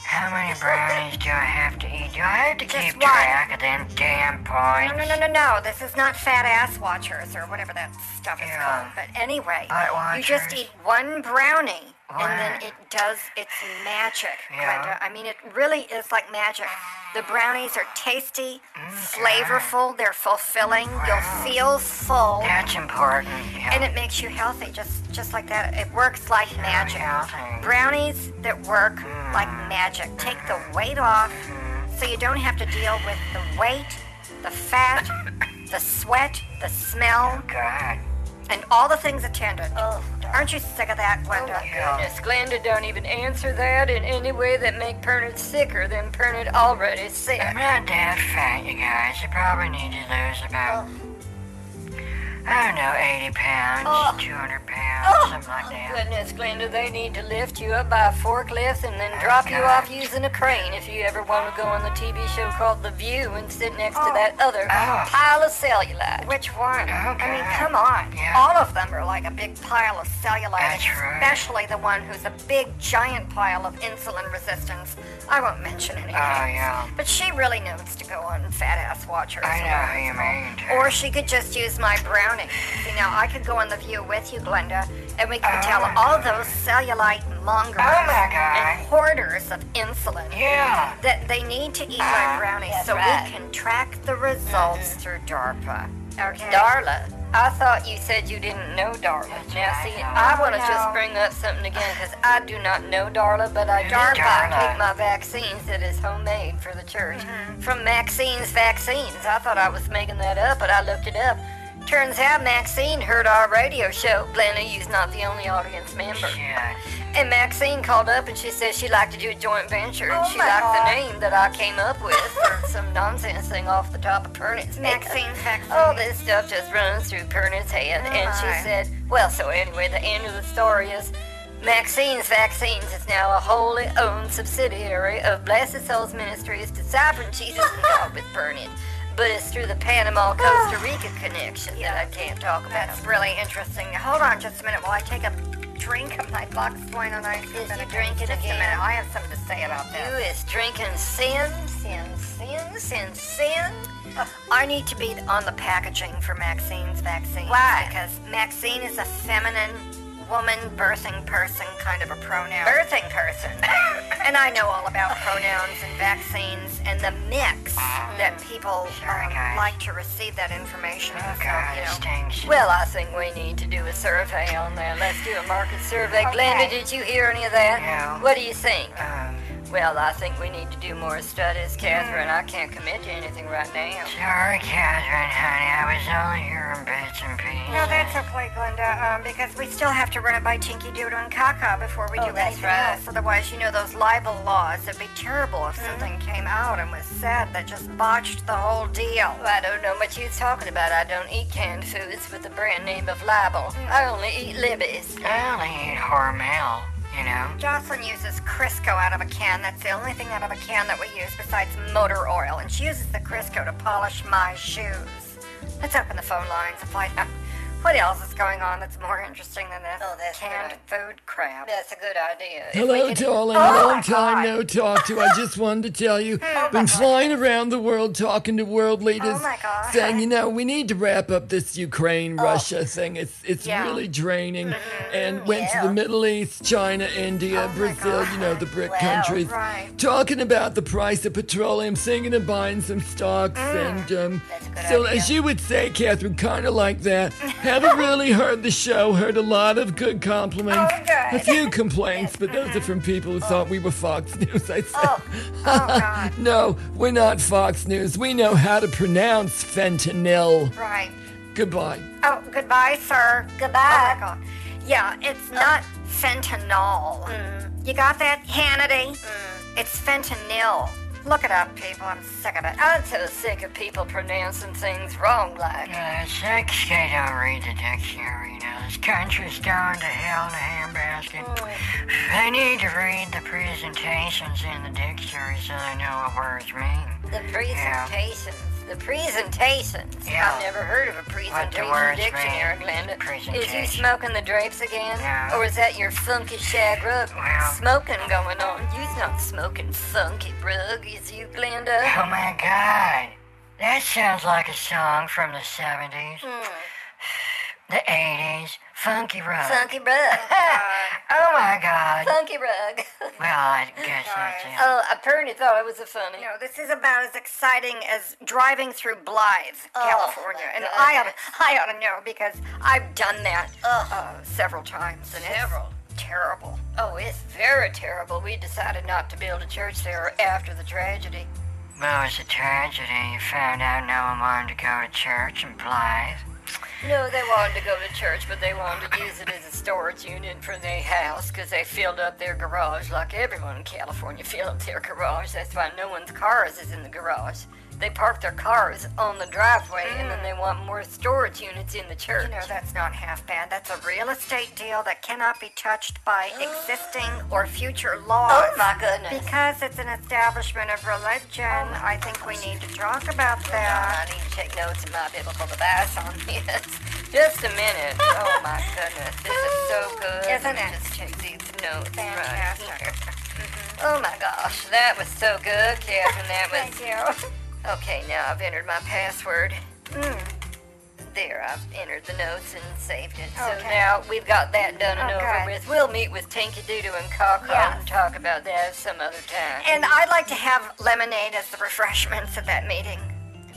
Speaker 3: How many brownies do I have to eat? Do I have to
Speaker 1: Just
Speaker 3: keep
Speaker 1: one.
Speaker 3: track of them damn points?
Speaker 1: No, no, no, no, no. This is not fat ass watchers or whatever that stuff is
Speaker 3: Yeah.
Speaker 1: called. But anyway,
Speaker 3: Butt
Speaker 1: you just
Speaker 3: watchers.
Speaker 1: eat one brownie and then
Speaker 3: Wow.
Speaker 1: it does its magic,
Speaker 3: Yeah.
Speaker 1: Glenda. I mean, it really is like magic. The brownies are tasty, flavorful, they're fulfilling. You'll feel full.
Speaker 3: That's important. Yeah.
Speaker 1: And it makes you healthy, just just like that. It works like magic.
Speaker 3: healthy. Mm.
Speaker 1: Brownies that work like magic. Take the weight off, so you don't have to deal with the weight, the fat, the sweat, the smell,
Speaker 3: Oh, God.
Speaker 1: and all the things attendant.
Speaker 3: Oh,
Speaker 1: Aren't you sick of that, Glenda?
Speaker 2: Goodness, Glenda don't even answer that in any way that make Pernod sicker than Pernod already sick.
Speaker 3: I'm not that fat, you guys. You probably need to lose about I don't know, 80 pounds,
Speaker 2: Oh.
Speaker 3: 200 pounds,
Speaker 1: Oh.
Speaker 3: something like that.
Speaker 2: Goodness, Glenda, they need to lift you up by a forklift and then drop you off using a crane if you ever want to go on the TV show called The View and sit next to that other
Speaker 3: Oh.
Speaker 2: pile of cellulite.
Speaker 1: Which one? I mean,
Speaker 3: Okay.
Speaker 1: come on.
Speaker 3: Yeah.
Speaker 1: All of them are like a big pile of cellulite,
Speaker 3: That's right.
Speaker 1: especially the one who's a big, giant pile of insulin resistance. I won't mention any
Speaker 3: Oh,
Speaker 1: names.
Speaker 3: yeah.
Speaker 1: But she really needs to go on Fat Ass Watch or
Speaker 3: I
Speaker 1: something.
Speaker 3: know who you mean, too.
Speaker 1: Or she could just use my brownie. You know, I could go on the view with you, Glenda, and we could
Speaker 3: Oh,
Speaker 1: tell
Speaker 3: my
Speaker 1: all those cellulite mongers
Speaker 3: Oh, my God.
Speaker 1: and hoarders of insulin
Speaker 3: yeah.
Speaker 1: that they need to eat my brownie
Speaker 2: that's
Speaker 1: so
Speaker 2: right.
Speaker 1: we can track the results through DARPA. Okay.
Speaker 2: Darla, I thought you said you didn't know Darla. now,
Speaker 3: right,
Speaker 2: see,
Speaker 3: Darla.
Speaker 2: I want to
Speaker 1: No.
Speaker 2: just bring up something again because I do not know Darla, but I do
Speaker 3: Darla.
Speaker 2: take my vaccines that is homemade for the church from Maxine's Vaccines. I thought I was making that up, but I looked it up. Turns out Maxine heard our radio show. Blenda, you's not the only audience member.
Speaker 3: Yeah.
Speaker 2: And Maxine called up and she said she liked to do a joint venture and
Speaker 1: Oh
Speaker 2: she
Speaker 1: my
Speaker 2: liked
Speaker 1: God.
Speaker 2: the name that I came up with for some nonsense thing off the top of Pernit's head.
Speaker 1: Maxine's vaccine.
Speaker 3: Oh.
Speaker 2: All this stuff just runs through Pernit's head.
Speaker 1: Oh
Speaker 2: and
Speaker 1: my.
Speaker 2: she said, well, so anyway, the end of the story is Maxine's Vaccines is now a wholly owned subsidiary of Blessed Souls Ministries, Discipling Jesus and God with Pernit. But it's through the Panama Costa Rica connection that I can't talk about.
Speaker 1: That's really interesting. Hold on just a minute while I take a drink of my box wine and ice. cream.
Speaker 2: Did you drink it
Speaker 1: just
Speaker 2: again?
Speaker 1: a minute. I have something to say about
Speaker 2: You
Speaker 1: this.
Speaker 2: is drinking sin, sin, sin, sin, sin.
Speaker 1: I need to be on the packaging for Maxine's vaccine.
Speaker 2: Why?
Speaker 1: Because Maxine is a feminine woman birthing person kind of a pronoun.
Speaker 2: Birthing person.
Speaker 1: and I know all about pronouns and vaccines and the mix
Speaker 2: Ah.
Speaker 1: that people
Speaker 3: Sorry,
Speaker 1: um,
Speaker 3: guys.
Speaker 1: like to receive that information.
Speaker 3: Oh,
Speaker 1: So,
Speaker 3: God,
Speaker 1: you
Speaker 3: it
Speaker 1: know,
Speaker 3: stinks.
Speaker 2: Well, I think we need to do a survey on that. Let's do a market survey.
Speaker 1: Okay.
Speaker 2: Glenda, did you hear any of that?
Speaker 3: No.
Speaker 2: What do you think?
Speaker 3: Um,
Speaker 2: Well, I think we need to do more studies, Catherine. I can't commit to anything right now.
Speaker 3: sorry, Catherine, honey. I was only hearing bits and pieces.
Speaker 1: No, that's okay, Glenda, um, because we still have to run it by Tinky Doodle and Kaka before we
Speaker 2: Oh,
Speaker 1: do
Speaker 2: that's
Speaker 1: anything
Speaker 2: right.
Speaker 1: else. Otherwise, you know, those libel laws, it'd be terrible if something came out and was said that just botched the whole deal.
Speaker 2: Well, I don't know what you're talking about. I don't eat canned foods with the brand name of libel. I only eat libbies.
Speaker 3: I only eat Hormel, you know?
Speaker 1: Jocelyn uses Crisco out of a can. That's the only thing out of a can that we use besides motor oil, and she uses the Crisco to polish my shoes. Let's open the phone lines and find out what else is going on that's more interesting than this
Speaker 2: Oh, that's
Speaker 1: canned food crap. Oh,
Speaker 2: That's a good idea. If we
Speaker 6: Hello,
Speaker 2: could-
Speaker 6: darling. Long time no talk to. I just wanted to tell you,
Speaker 1: Oh
Speaker 6: been flying around the world talking to world leaders,
Speaker 1: my God. Oh.
Speaker 6: saying, you know, we need to wrap up this Ukraine Russia thing. It's it's
Speaker 1: Yeah. Mm-hmm.
Speaker 6: really draining. And went to the Middle East, China,
Speaker 1: Oh
Speaker 6: India, Brazil, you know, the BRIC countries,
Speaker 1: right.
Speaker 6: talking about the price of petroleum, singing and buying some stocks,
Speaker 1: Mm.
Speaker 6: and um, so as you would say, Catherine, kind of like that. Haven't really heard the show. Heard a lot of good compliments.
Speaker 1: Oh, good.
Speaker 6: A few complaints, but those are
Speaker 1: Mm-hmm.
Speaker 6: from people who thought we were Fox News. I said,
Speaker 1: Oh, God.
Speaker 6: No, we're not Fox News. We know how to pronounce fentanyl.
Speaker 1: Right.
Speaker 6: Goodbye.
Speaker 1: Oh, goodbye, sir.
Speaker 2: Goodbye.
Speaker 1: Oh, my God. Yeah, it's
Speaker 2: Oh.
Speaker 1: not fentanyl.
Speaker 2: Mm.
Speaker 1: You got that, Hannity? It's fentanyl. Look it up, people. I'm sick of it. Oh,
Speaker 2: I'm so sick of people pronouncing things wrong like.
Speaker 3: Uh, sex, they don't read the dictionary, you know. This country's going to hell in a handbasket.
Speaker 1: Oh,
Speaker 3: They need to read the presentations in the dictionary so they know what words mean.
Speaker 2: The presentations. The presentations.
Speaker 3: Yeah.
Speaker 2: I've never heard of a
Speaker 3: What the
Speaker 2: presentation
Speaker 3: words
Speaker 2: dictionary,
Speaker 3: mean.
Speaker 2: Glenda. Is you
Speaker 3: Presentation.
Speaker 2: smoking the drapes again?
Speaker 3: Yeah.
Speaker 2: Or is that your funky shag rug?
Speaker 3: Well.
Speaker 2: Smoking going on. You's not smoking funky rug, is you, Glenda?
Speaker 3: Oh my god! That sounds like a song from the 70s,
Speaker 1: Hmm.
Speaker 3: the 80s, Funky Rock.
Speaker 2: Funky rug.
Speaker 3: oh my god!
Speaker 2: funky rug.
Speaker 3: Well, I guess that's it.
Speaker 2: oh, I apparently thought it was a funny.
Speaker 1: no, this is about as exciting as driving through Blythe, California.
Speaker 2: Oh, my
Speaker 1: And
Speaker 2: God.
Speaker 1: I ought, I ought to know because I've done that uh, several times. And
Speaker 2: Several.
Speaker 1: It's terrible.
Speaker 2: Oh, it's very terrible. We decided not to build a church there after the tragedy.
Speaker 3: Well, it was a tragedy. You found out no one wanted to go to church in Blythe.
Speaker 2: No, they wanted to go to church, but they wanted to use it as a storage unit for their house because they filled up their garage like everyone in California filled up their garage. That's why no one's cars is in the garage. they park their cars on the driveway and then they want more storage units in the church.
Speaker 1: You know, that's not half bad. That's a real estate deal that cannot be touched by existing or future laws.
Speaker 2: oh my goodness.
Speaker 1: Because it's an establishment of religion,
Speaker 2: Oh,
Speaker 1: I think we need to talk about
Speaker 2: I
Speaker 1: that.
Speaker 2: need to take notes in my biblical device on this. Just a minute. Oh my goodness. This is so good.
Speaker 1: Isn't
Speaker 2: Let me
Speaker 1: it?
Speaker 2: Just take these notes right
Speaker 1: Fantastic.
Speaker 2: here. Oh my gosh. That was so good, Catherine. That was
Speaker 1: Thank you. Mm.
Speaker 2: Okay, now I've entered my password. There, I've entered the notes and saved it. So
Speaker 1: Okay.
Speaker 2: now we've got that done and
Speaker 1: Oh,
Speaker 2: over
Speaker 1: good.
Speaker 2: with. We'll meet with Tinky Doodoo and Cock
Speaker 1: Yeah.
Speaker 2: and talk about that some other time.
Speaker 1: And I'd like to have lemonade as the refreshments at that meeting.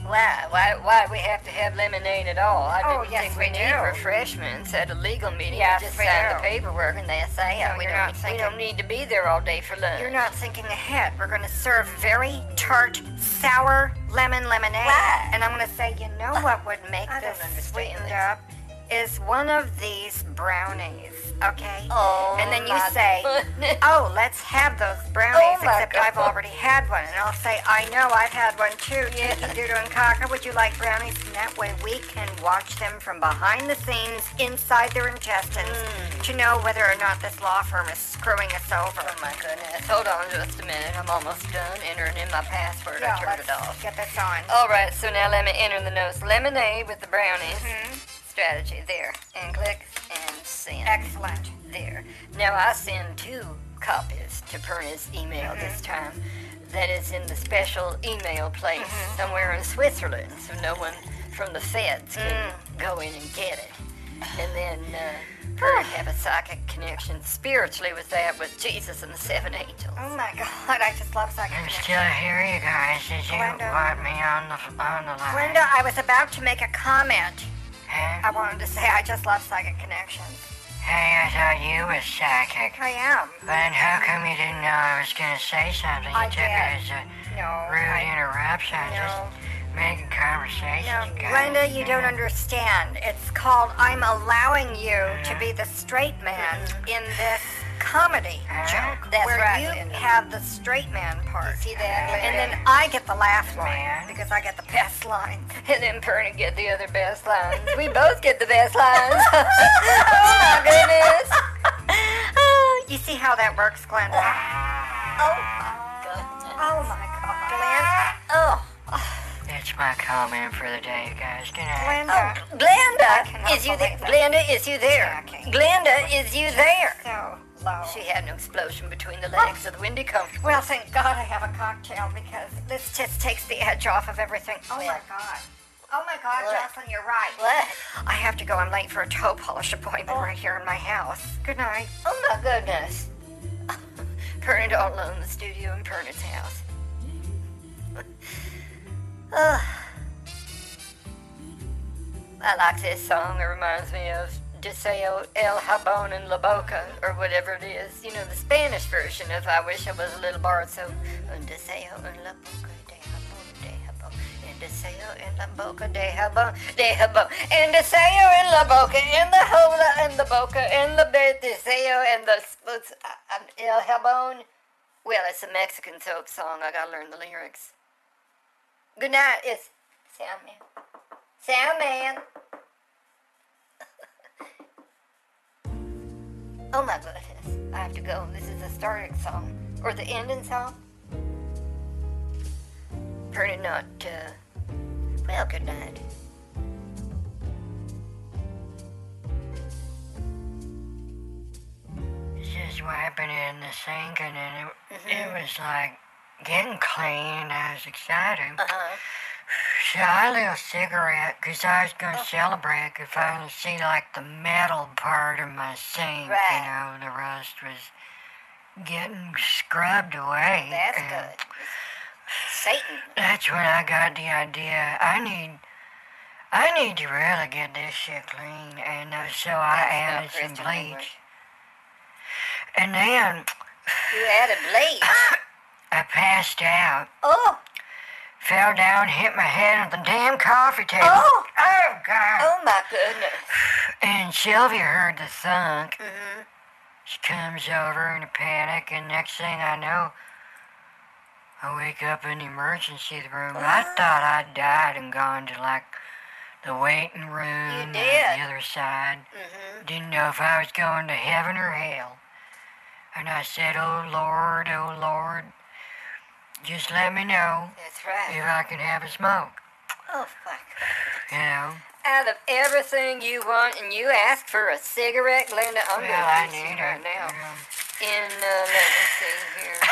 Speaker 2: Why, why, why we have to have lemonade at all? I
Speaker 1: Oh,
Speaker 2: didn't
Speaker 1: yes,
Speaker 2: think
Speaker 1: we
Speaker 2: we, need
Speaker 1: do.
Speaker 2: refreshments at a legal meeting.
Speaker 1: Yes,
Speaker 2: you just
Speaker 1: we
Speaker 2: sign
Speaker 1: do.
Speaker 2: the paperwork and that's it.
Speaker 1: No,
Speaker 2: we
Speaker 1: you're
Speaker 2: don't.
Speaker 1: not
Speaker 2: we
Speaker 1: thinking-
Speaker 2: don't need to be there all day for lunch.
Speaker 1: You're not thinking ahead. We're going to serve very tart, sour lemon lemonade.
Speaker 2: What?
Speaker 1: And I'm going to say, you know what would make
Speaker 2: I don't
Speaker 1: this
Speaker 2: understand
Speaker 1: sweetened
Speaker 2: this.
Speaker 1: up is one of these brownies, okay?
Speaker 2: Oh,
Speaker 1: and then you
Speaker 2: my
Speaker 1: say,
Speaker 2: goodness.
Speaker 1: oh, let's have those brownies,
Speaker 2: Oh, my
Speaker 1: except I've
Speaker 2: God.
Speaker 1: already had one. And I'll say, I know I've had one too.
Speaker 2: Yeah.
Speaker 1: Tiki Doodoo and Kaka, would you like brownies? And that way we can watch them from behind the scenes, inside their intestines,
Speaker 2: Mm.
Speaker 1: to know whether or not this law firm is screwing us over.
Speaker 2: Oh my goodness! Hold on just a minute. I'm almost done entering in my password. I turned it off.
Speaker 1: Get this on. Oh,
Speaker 2: All right, so now let me enter the notes. Lemonade with the brownies.
Speaker 1: Mm-hmm.
Speaker 2: Strategy there, and click and send
Speaker 1: Excellent.
Speaker 2: there. Now I send two copies to Perna's email this
Speaker 1: Mm-hmm.
Speaker 2: time. That is in the special email place
Speaker 1: Mm-hmm.
Speaker 2: somewhere in Switzerland, so no one from the feds
Speaker 1: Mm.
Speaker 2: can go in and get it. And then uh, Perna have a psychic connection spiritually with that, with Jesus and the seven angels.
Speaker 1: Oh my god, I just love psychic
Speaker 3: I'm
Speaker 1: connection.
Speaker 3: still here, you guys. Did you
Speaker 1: Glenda.
Speaker 3: want me on the on the line?
Speaker 1: Linda, I was about to make a comment.
Speaker 3: Huh?
Speaker 1: I wanted to say I just love psychic connections.
Speaker 3: Hey, I thought you was psychic.
Speaker 1: I am.
Speaker 3: But how come you didn't know I was gonna say something? You
Speaker 1: I
Speaker 3: took it as
Speaker 1: did.
Speaker 3: a
Speaker 1: No.
Speaker 3: rude
Speaker 1: I,
Speaker 3: interruption.
Speaker 1: no.
Speaker 3: Just making conversation.
Speaker 1: No,
Speaker 3: you guys.
Speaker 1: Linda, you don't understand. It's called I'm allowing you to be the straight man in this comedy joke.
Speaker 2: That's
Speaker 1: where
Speaker 2: Mm-hmm. right,
Speaker 1: you
Speaker 2: Linda.
Speaker 1: have the straight man part.
Speaker 2: See that?
Speaker 1: And
Speaker 2: Linda?
Speaker 1: then I get the laugh line
Speaker 3: Man.
Speaker 1: because I get the best lines.
Speaker 2: And then Perna get the other best lines. We both get the best lines. oh my goodness.
Speaker 1: You see how that works, Glenda? Oh my god.
Speaker 2: Oh,
Speaker 3: That's my comment for the day, you guys. Good night.
Speaker 1: Glenda.
Speaker 2: Oh. Glenda,
Speaker 1: cannot
Speaker 2: is you there?
Speaker 1: believe it.
Speaker 2: Glenda, is you there?
Speaker 1: Yeah, I can't.
Speaker 2: Glenda, is you there?
Speaker 1: So low.
Speaker 2: She had an explosion between the legs of the windy comforter.
Speaker 1: well, thank God I have a cocktail because this just takes the edge off of everything. Oh my god. Oh my god,
Speaker 2: What?
Speaker 1: Jocelyn, you're right.
Speaker 2: What?
Speaker 1: I have to go. I'm late for a toe polish appointment right here in my house. Good night.
Speaker 2: Oh my goodness. Perna all alone in the studio in Perna's house. Ugh. I like this song. It reminds me of Deseo El Jabón en la Boca, or whatever it is. You know, the Spanish version of I Wish I Was a Little Bird. So, un Deseo en la Boca de Jabón, de Jabón. And Deseo en la Boca de Jabón, de Jabón. And Deseo en la Boca, en la Hola, en la Boca, en la Bed, Deseo, en the Spoots, El Jabón. Well, it's a Mexican soap song. I gotta learn the lyrics. Good night. It's Sound Man. Sound Man. oh my goodness. I have to go. This is the starting song. Or the ending song. Pretty not, uh, well, good night.
Speaker 3: just wiping it in the sink, and then it, it
Speaker 1: Mm-hmm.
Speaker 3: was like getting clean. I was excited.
Speaker 1: Uh-huh.
Speaker 3: So I lit a cigarette because I was
Speaker 1: Oh.
Speaker 3: going to celebrate. I could finally see like the metal part of my sink. You
Speaker 2: Right.
Speaker 3: know, the rust was getting scrubbed away.
Speaker 2: That's
Speaker 3: and
Speaker 2: good. Satan.
Speaker 3: That's when I got the idea. I need. I need to really get this shit clean, and uh, so I added
Speaker 2: That's not
Speaker 3: some
Speaker 2: Christian homework.
Speaker 3: bleach. And then
Speaker 2: You added bleach.
Speaker 3: I passed out,
Speaker 2: Oh,
Speaker 3: fell down, hit my head on the damn coffee table.
Speaker 2: Oh!
Speaker 3: Oh, God!
Speaker 2: oh my goodness.
Speaker 3: And Sylvia heard the thunk.
Speaker 2: Mm-hmm.
Speaker 3: She comes over in a panic, and next thing I know, I wake up in the emergency room. I thought I died and gone to like the waiting room on
Speaker 2: did. Mm-hmm.
Speaker 3: the other side. Didn't know if I was going to heaven or hell. And I said, Oh Lord, oh Lord, just let me know
Speaker 2: That's right.
Speaker 3: if I can have a smoke.
Speaker 2: Oh, fuck.
Speaker 3: You know?
Speaker 2: Out of everything you want, and you ask for a cigarette, Glenda, I'm
Speaker 3: Well, I
Speaker 2: going to
Speaker 3: need
Speaker 2: need
Speaker 3: it
Speaker 2: right now.
Speaker 3: you know.
Speaker 2: In, uh, let me see here.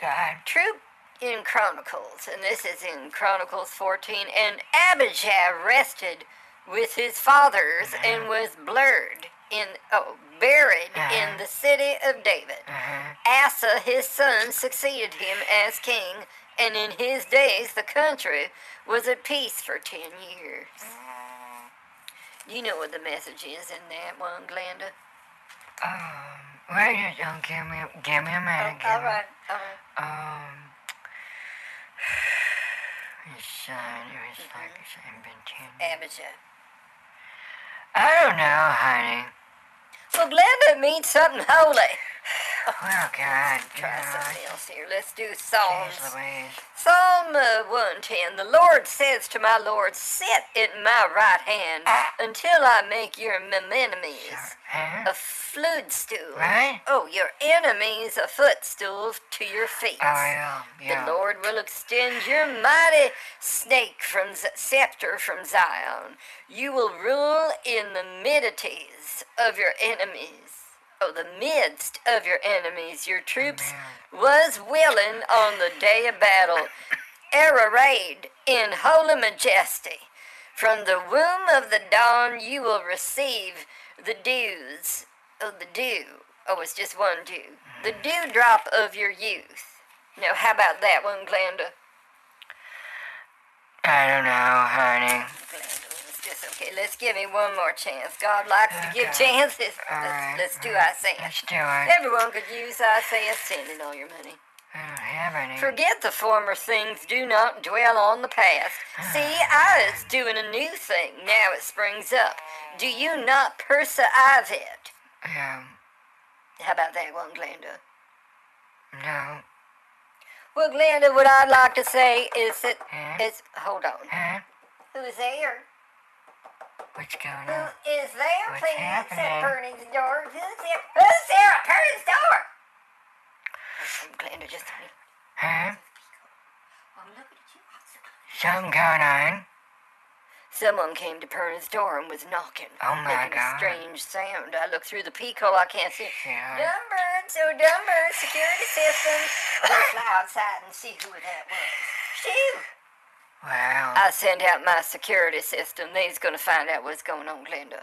Speaker 3: God.
Speaker 2: True in Chronicles, and this is in Chronicles 14, and Abijah rested with his fathers and was blurred in oh buried in the city of David.
Speaker 3: uh-huh.
Speaker 2: Asa his son succeeded him as king, and in his days the country was at peace for ten years. You know what the message is in that one, Glenda.
Speaker 3: Um, Wait, just don't give me, give me a
Speaker 2: Oh,
Speaker 3: minute. give me-
Speaker 2: all right.
Speaker 3: Um, his son, it was like his invention.
Speaker 2: Abijah.
Speaker 3: I don't know, honey.
Speaker 2: Well, Glenda means something holy.
Speaker 3: Well, God, you
Speaker 2: try
Speaker 3: know,
Speaker 2: something else here. Let's do Psalms.
Speaker 3: geez Louise.
Speaker 2: Psalm uh, 110. The Lord says to my Lord, Sit at my right hand until I make your m- enemies
Speaker 3: Huh?
Speaker 2: a footstool.
Speaker 3: Right?
Speaker 2: Oh, your enemies a footstool to your feet.
Speaker 3: Oh, yeah, yeah.
Speaker 2: The Lord will extend your mighty snake from Z- scepter from Zion. You will rule in the midities of your enemies. Oh, the midst of your enemies. Your troops was willing on the day of battle, arrayed in holy majesty. From the womb of the dawn, you will receive the dews. Oh, the dew. Oh, it's just one dew. The dewdrop of your youth. Now, how about that one, Glenda?
Speaker 3: I don't know, honey.
Speaker 2: Glenda, it's just okay. Let's give me one more chance. God likes to give chances. Let's,
Speaker 3: right,
Speaker 2: let's do I say it.
Speaker 3: Let's do it.
Speaker 2: Everyone could use I say it, spending all your money.
Speaker 3: I don't have any.
Speaker 2: Forget the former things. Do not dwell on the past. See, I is doing a new thing. Now it springs up. Do you not perceive it?
Speaker 3: Yeah,
Speaker 2: How about that one, Glenda?
Speaker 3: no.
Speaker 2: Well, Glenda, what I'd like to say is that
Speaker 3: Huh?
Speaker 2: it's. Hold on.
Speaker 3: Huh?
Speaker 2: Who's there?
Speaker 3: What's going
Speaker 2: Who
Speaker 3: on?
Speaker 2: is there,
Speaker 3: What's
Speaker 2: please?
Speaker 3: happening?
Speaker 2: Said Bernie's door. Who's there? Who's there at Bernie's door? I'm glad to just
Speaker 3: Huh?
Speaker 2: I'm looking at you. I'm so glad.
Speaker 3: Something going on?
Speaker 2: Someone came to Perna's door and was knocking.
Speaker 3: Oh, my
Speaker 2: making
Speaker 3: God.
Speaker 2: a strange sound. I look through the peacock. I can't see.
Speaker 3: Yeah.
Speaker 2: Dumber, so dumber. Security system. Let's fly outside and see who that was. Shoo!
Speaker 3: Well,
Speaker 2: I send out my security system. They's gonna find out what's going on, Glenda.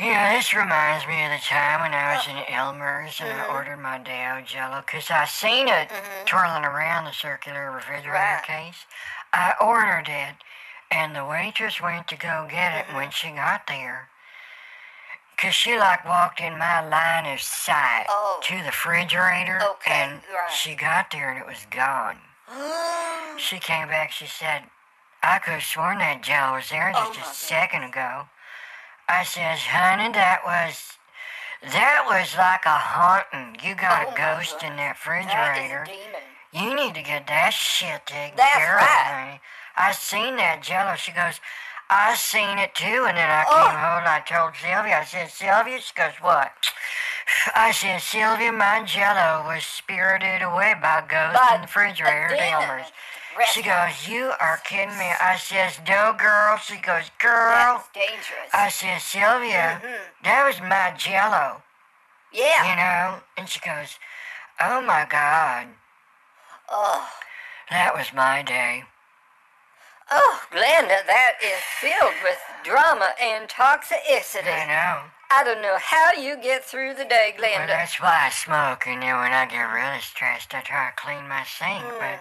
Speaker 3: you know, this reminds me of the time when I
Speaker 2: Uh,
Speaker 3: was in Elmer's and
Speaker 2: mm-hmm.
Speaker 3: I ordered my Dial Jello because I seen it twirling around the circular refrigerator
Speaker 2: Right.
Speaker 3: case. I ordered it, and the waitress went to go get it
Speaker 2: Mm-hmm.
Speaker 3: when she got there. Cause she like walked in my line of sight
Speaker 2: Oh.
Speaker 3: to the refrigerator,
Speaker 2: Okay,
Speaker 3: and
Speaker 2: right.
Speaker 3: she got there and it was gone. She came back. She said, "I could have sworn that Joe was there
Speaker 2: Oh,
Speaker 3: just
Speaker 2: my
Speaker 3: a
Speaker 2: goodness.
Speaker 3: second ago." I says, "Honey, that was that was like a haunting. You got
Speaker 2: Oh, my
Speaker 3: a ghost in
Speaker 2: That
Speaker 3: that
Speaker 2: is a
Speaker 3: refrigerator.
Speaker 2: demon.
Speaker 3: You need to get that shit taken
Speaker 2: That's
Speaker 3: care
Speaker 2: right.
Speaker 3: of, honey." I seen that Jello. She goes. I seen it too, and then I
Speaker 2: Oh.
Speaker 3: came home and I told Sylvia. I said, Sylvia, she goes, what? I said, Sylvia, my Jello was spirited away by a ghost
Speaker 2: By
Speaker 3: in the refrigerator at
Speaker 2: demon.
Speaker 3: Elmer's. She goes, You are kidding me. I says, No, girl. She goes, Girl.
Speaker 2: That's dangerous.
Speaker 3: I says, Sylvia, that was my jello,
Speaker 2: yeah.
Speaker 3: you know? And she goes, Oh my God,
Speaker 2: Oh.
Speaker 3: that was my day.
Speaker 2: Oh, Glenda, that is filled with drama and
Speaker 3: I
Speaker 2: toxicity.
Speaker 3: know.
Speaker 2: I don't know how you get through the day,
Speaker 3: Well,
Speaker 2: Glenda.
Speaker 3: that's why I smoke, and then when I get really stressed, I try to clean my sink.
Speaker 2: Mm.
Speaker 3: But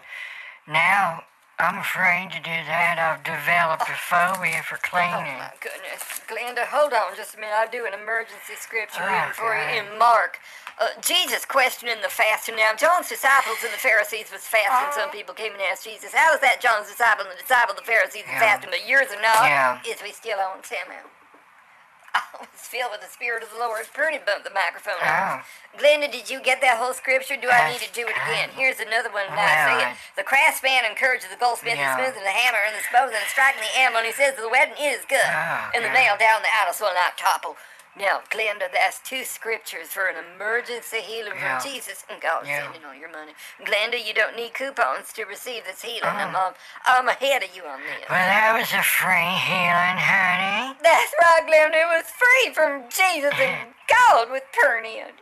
Speaker 3: now I'm afraid to do that. I've developed a phobia for
Speaker 2: Oh
Speaker 3: cleaning.
Speaker 2: my goodness, Glenda, hold on just a minute. I do an emergency scripture
Speaker 3: Oh,
Speaker 2: reading for you
Speaker 3: God.
Speaker 2: in Mark. Uh, Jesus questioning the fasting. Now, John's disciples and the Pharisees was fasting.
Speaker 3: Oh.
Speaker 2: Some people came and asked Jesus, "How is that John's disciple and the disciple of the Pharisees is
Speaker 3: Yeah.
Speaker 2: fasting, but yours are not?"
Speaker 3: Yeah.
Speaker 2: Is we still on Sam out? I was filled with the Spirit of the Lord. Pretty bumped the microphone.
Speaker 3: Oh.
Speaker 2: Glenda, did you get that whole scripture? Do I need to do it again? Here's another one. Now
Speaker 3: Well,
Speaker 2: say it.
Speaker 3: I-
Speaker 2: The craftsman encourages the goldsmith,
Speaker 3: Yeah.
Speaker 2: the smith, and the hammer, and the spoke, and the striking the anvil, and he says the weapon is good.
Speaker 3: Oh,
Speaker 2: and the
Speaker 3: yeah.
Speaker 2: nail down the idols will not topple. Now, Glenda, that's two scriptures for an emergency healing
Speaker 3: Yeah.
Speaker 2: from Jesus. And God
Speaker 3: Yeah.
Speaker 2: sending all your money. Glenda, you don't need coupons to receive this healing. I'm, um, I'm ahead of you on this.
Speaker 3: Ah. Well, that was a free healing, honey.
Speaker 2: That's right, Glenda. It was free from Jesus and God with Pernian.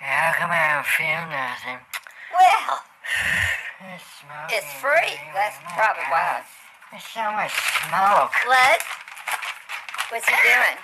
Speaker 3: How come I don't feel nothing?
Speaker 2: Well,
Speaker 3: It's Oh smoke.
Speaker 2: it's free. That's probably why.
Speaker 3: There's so much smoke.
Speaker 2: What? What's he doing?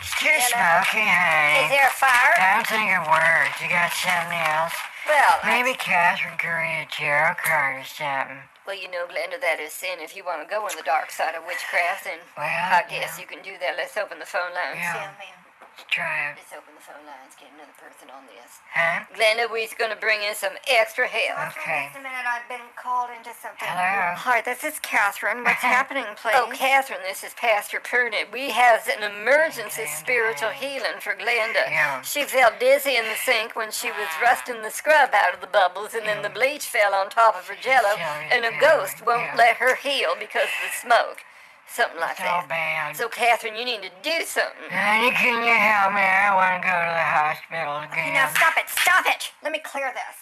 Speaker 3: It's too
Speaker 2: Hello?
Speaker 3: smoky,
Speaker 2: Is
Speaker 3: honey.
Speaker 2: there a fire?
Speaker 3: I don't think it worked. You got something else?
Speaker 2: Well,
Speaker 3: Maybe Catherine Curry a tarot card or something.
Speaker 2: well, you know, Glenda, that is sin. If you want to go on the dark side of witchcraft, then
Speaker 3: Well,
Speaker 2: I guess Oh, you can do that. Let's open the phone lines.
Speaker 3: Yeah.
Speaker 2: ma'am.
Speaker 3: you try it.
Speaker 2: Let's open the phone lines. Get another person on this.
Speaker 3: Huh?
Speaker 2: Glenda, we're going to bring in some extra help.
Speaker 3: Okay.
Speaker 1: Just a minute, I've been called into something.
Speaker 3: Hello?
Speaker 1: Hi, this is Catherine. What's happening, please?
Speaker 2: Oh, Catherine, this is Pastor Pernit. We have an emergency spiritual healing for Glenda.
Speaker 3: Yeah.
Speaker 2: She felt dizzy in the sink when she was rusting the scrub out of the bubbles, and then the bleach fell on top of her jello,
Speaker 3: Yeah,
Speaker 2: and a
Speaker 3: yeah,
Speaker 2: ghost won't
Speaker 3: yeah.
Speaker 2: let her heal because of the smoke. Something like
Speaker 3: So
Speaker 2: that.
Speaker 3: bad.
Speaker 2: So, Catherine, you need to do something.
Speaker 3: honey, can you help me? I want to go to the hospital
Speaker 1: Okay,
Speaker 3: again.
Speaker 1: now stop it, stop it! Let me clear this.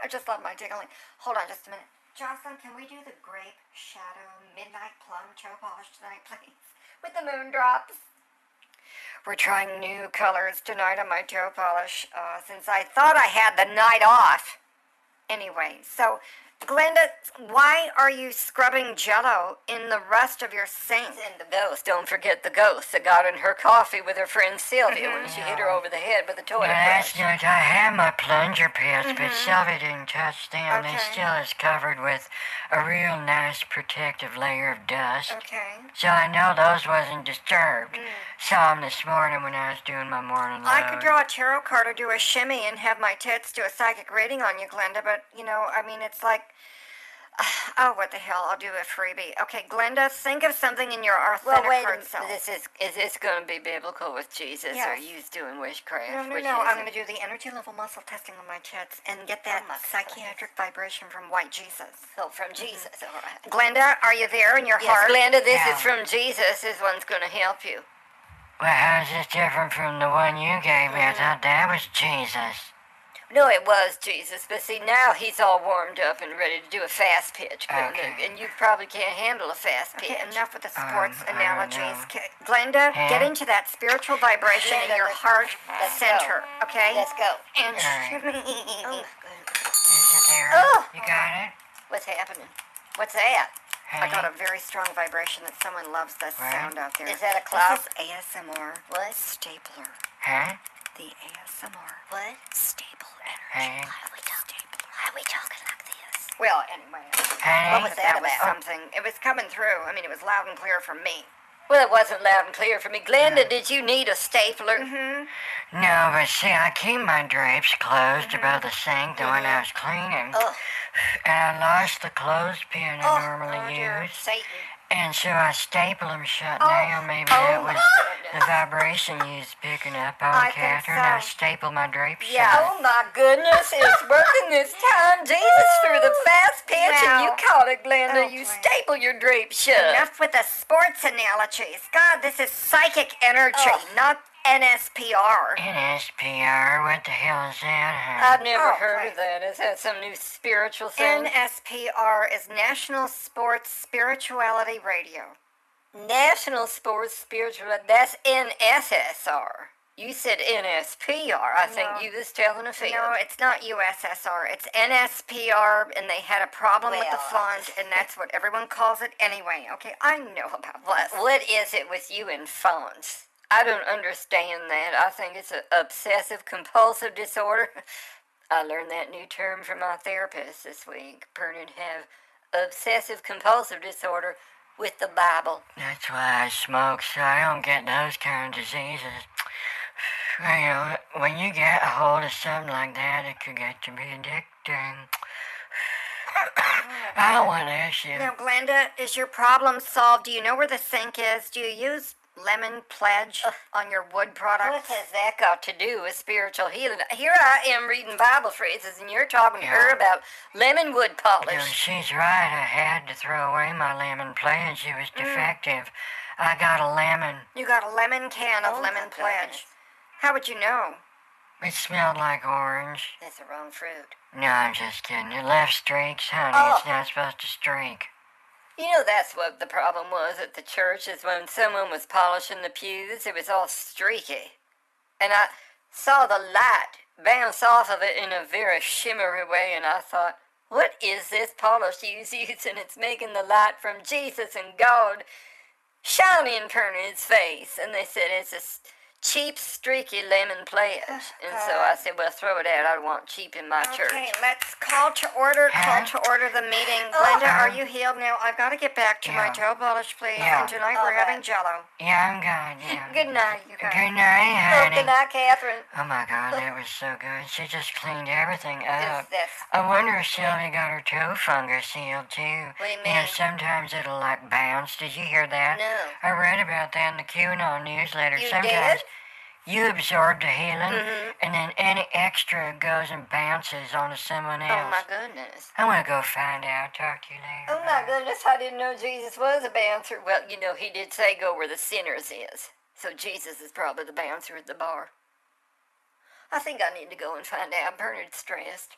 Speaker 1: I just love my giggling. Hold on just a minute. Jocelyn, can we do the grape shadow midnight plum toe polish tonight, please? With the moon drops. We're trying new colors tonight on my toe polish uh, since I thought I had the night off. Anyway, so Glenda, why are you scrubbing jello in the rest of your sink?
Speaker 2: And the ghost, don't forget the ghost that got in her coffee with her friend Sylvia when she hit her
Speaker 3: Mm-hmm.
Speaker 2: over the head with a toilet
Speaker 3: Last
Speaker 2: brush.
Speaker 3: night I had my plunger pierced, but
Speaker 2: Mm-hmm.
Speaker 3: Sylvia didn't touch them. They
Speaker 1: Okay.
Speaker 3: still is covered with a real nice protective layer of dust.
Speaker 1: Okay.
Speaker 3: So I know those wasn't disturbed. Saw 'em this morning when I was doing my morning
Speaker 1: I could
Speaker 3: load.
Speaker 1: draw a tarot card or do a shimmy and have my tits do a psychic reading on you, Glenda, but you know, I mean, it's like. Oh, what the hell? I'll do a freebie. Okay, Glenda, think of something in your
Speaker 2: Well,
Speaker 1: authentic
Speaker 2: wait.
Speaker 1: heart
Speaker 2: A,
Speaker 1: self.
Speaker 2: m- this is is this going to be biblical with Jesus, or
Speaker 1: Yes.
Speaker 2: you doing witchcraft?
Speaker 1: no, no,
Speaker 2: which
Speaker 1: no.
Speaker 2: is
Speaker 1: I'm
Speaker 2: it?
Speaker 1: going to do the energy level muscle testing on my tits and get that psychiatric vibration from White Jesus. Mm-hmm.
Speaker 2: Oh, from Jesus. All right.
Speaker 1: Glenda, are you there in your
Speaker 2: Yes,
Speaker 1: heart?
Speaker 2: Glenda, this
Speaker 3: Yeah.
Speaker 2: is from Jesus. This one's going to help you.
Speaker 3: Well, how's this different from the one you gave me? I thought that was Jesus.
Speaker 2: No, it was Jesus, but see now he's all warmed up and ready to do a fast pitch, Glenda,
Speaker 3: Okay.
Speaker 2: and you probably can't handle a fast pitch.
Speaker 1: Okay, enough with the sports
Speaker 3: Um, I don't
Speaker 1: analogies.
Speaker 3: know.
Speaker 1: K- Glenda,
Speaker 3: Huh?
Speaker 1: get into that spiritual vibration in
Speaker 2: Glenda,
Speaker 1: your
Speaker 2: let's-
Speaker 1: heart
Speaker 2: let's go.
Speaker 1: center, okay?
Speaker 2: Let's go.
Speaker 1: And
Speaker 3: All
Speaker 1: shimmy.
Speaker 3: Is it there?
Speaker 2: Oh!
Speaker 3: you got it?
Speaker 2: What's happening? What's that?
Speaker 1: I got
Speaker 3: Honey?
Speaker 1: a very strong vibration that someone loves this
Speaker 3: Right.
Speaker 1: sound out there.
Speaker 2: Is that a clock?
Speaker 1: This is ASMR.
Speaker 2: What?
Speaker 1: Stapler.
Speaker 3: Huh?
Speaker 1: The ASMR.
Speaker 2: What?
Speaker 1: Staple
Speaker 3: Hey.
Speaker 1: energy. Why are we talking? Why are we talking like this?
Speaker 2: Well, anyway,
Speaker 3: Honey?
Speaker 2: What was that
Speaker 1: was
Speaker 2: about?
Speaker 1: something. It was coming through. I mean, it was loud and clear from me.
Speaker 2: well, it wasn't loud and clear for me. Glenda, did you need a stapler?
Speaker 3: No, but see, I keep my drapes closed
Speaker 1: Mm-hmm.
Speaker 3: above the sink the when I was cleaning.
Speaker 2: Ugh.
Speaker 3: And I lost the clothespin I normally
Speaker 2: oh, dear.
Speaker 3: use.
Speaker 2: Satan.
Speaker 3: And so I staple them shut
Speaker 2: Oh,
Speaker 3: now. Maybe that was the vibration you was picking up on,
Speaker 1: I think
Speaker 3: Catherine. I
Speaker 1: so.
Speaker 3: stapled my drapes
Speaker 2: Yeah.
Speaker 3: shut.
Speaker 2: Oh my goodness, it's working this time. Jesus threw the fast pitch and you
Speaker 1: Wow.
Speaker 2: caught it, Glenda.
Speaker 1: Oh,
Speaker 2: you
Speaker 1: please.
Speaker 2: staple your drape shut.
Speaker 1: Enough with the sports analogies. God, this is psychic energy,
Speaker 2: Ugh.
Speaker 1: not NSPR.
Speaker 3: NSPR, what the hell is that,
Speaker 2: I've never
Speaker 1: Oh,
Speaker 2: heard
Speaker 1: please.
Speaker 2: of that. Is that some new spiritual thing?
Speaker 1: NSPR is National Sports Spirituality Radio.
Speaker 2: National Sports Spiritual, that's NSSR. You said NSPR. I think you was telling a fib.
Speaker 1: No, Oh, it's not USSR. It's NSPR, and they had a problem with the
Speaker 2: Well,
Speaker 1: font, and that's what everyone calls it anyway. Okay, I know about
Speaker 2: What,
Speaker 1: this.
Speaker 2: what is it with you and phones? I don't understand that. I think it's an obsessive compulsive disorder. I learned that new term from my therapist this week. Pernan have obsessive compulsive disorder with the Bible.
Speaker 3: huh? That's why I smoke, so I don't get those kind of diseases. You know, when you get a hold of something like that, it could get to be addicting. I don't want to issue.
Speaker 1: Now, Glenda, is your problem solved? Do you know where the sink is? Do you use lemon pledge on your wood
Speaker 2: What
Speaker 1: products?
Speaker 2: has that got to do with spiritual healing? Here I am reading Bible phrases, and you're talking to her about lemon wood
Speaker 3: Dude,
Speaker 2: polish.
Speaker 3: she's right. I had to throw away my lemon pledge. It was
Speaker 2: Mm.
Speaker 3: defective. I got a lemon.
Speaker 1: You got a lemon can of
Speaker 2: Oh, my
Speaker 1: lemon pledge.
Speaker 2: goodness.
Speaker 1: How would you know?
Speaker 3: It smelled like orange.
Speaker 2: That's the wrong fruit.
Speaker 3: No, I'm just kidding. It left streaks, honey.
Speaker 2: Oh.
Speaker 3: It's not supposed to streak.
Speaker 2: You know, that's what the problem was at the church is when someone was polishing the pews, it was all streaky. And I saw the light bounce off of it in a very shimmery way, and I thought, what is this polish he's using? It's making the light from Jesus and God shine in front of his face. And they said, it's a s- cheap, streaky lemon pledge. And so I said, well, throw it out. I don't want cheap in my
Speaker 1: Okay,
Speaker 2: church.
Speaker 1: let's call to order. Call to order the meeting. Glenda,
Speaker 3: Oh.
Speaker 1: are you healed now? I've got to get back to my
Speaker 3: Yeah.
Speaker 1: toe polish, please.
Speaker 3: Yeah.
Speaker 1: And tonight we're
Speaker 2: Alright.
Speaker 1: having Jello.
Speaker 3: Yeah, I'm good. Yeah.
Speaker 2: Good night, you guys.
Speaker 3: Good night,
Speaker 2: Oh,
Speaker 3: honey.
Speaker 2: good night, Catherine.
Speaker 3: Oh my god, that was so good. She just cleaned everything
Speaker 2: This,
Speaker 3: up.
Speaker 2: this.
Speaker 3: I wonder if Sylvia got her toe fungus healed too.
Speaker 2: What do you
Speaker 3: know,
Speaker 2: mean?
Speaker 3: sometimes it'll like bounce. Did you hear that?
Speaker 2: No.
Speaker 3: I read about that in the QAnon newsletter.
Speaker 2: You Mm-hmm.
Speaker 3: sometimes you absorb the healing, and then any extra goes and bounces onto someone
Speaker 2: Oh
Speaker 3: else.
Speaker 2: my goodness.
Speaker 3: I want to go find out. Talk to you later.
Speaker 2: Oh my goodness, I didn't know Jesus was a bouncer. Well, you know, he did say go where the sinners is. So Jesus is probably the bouncer at the bar. I think I need to go and find out. Bernard's stressed.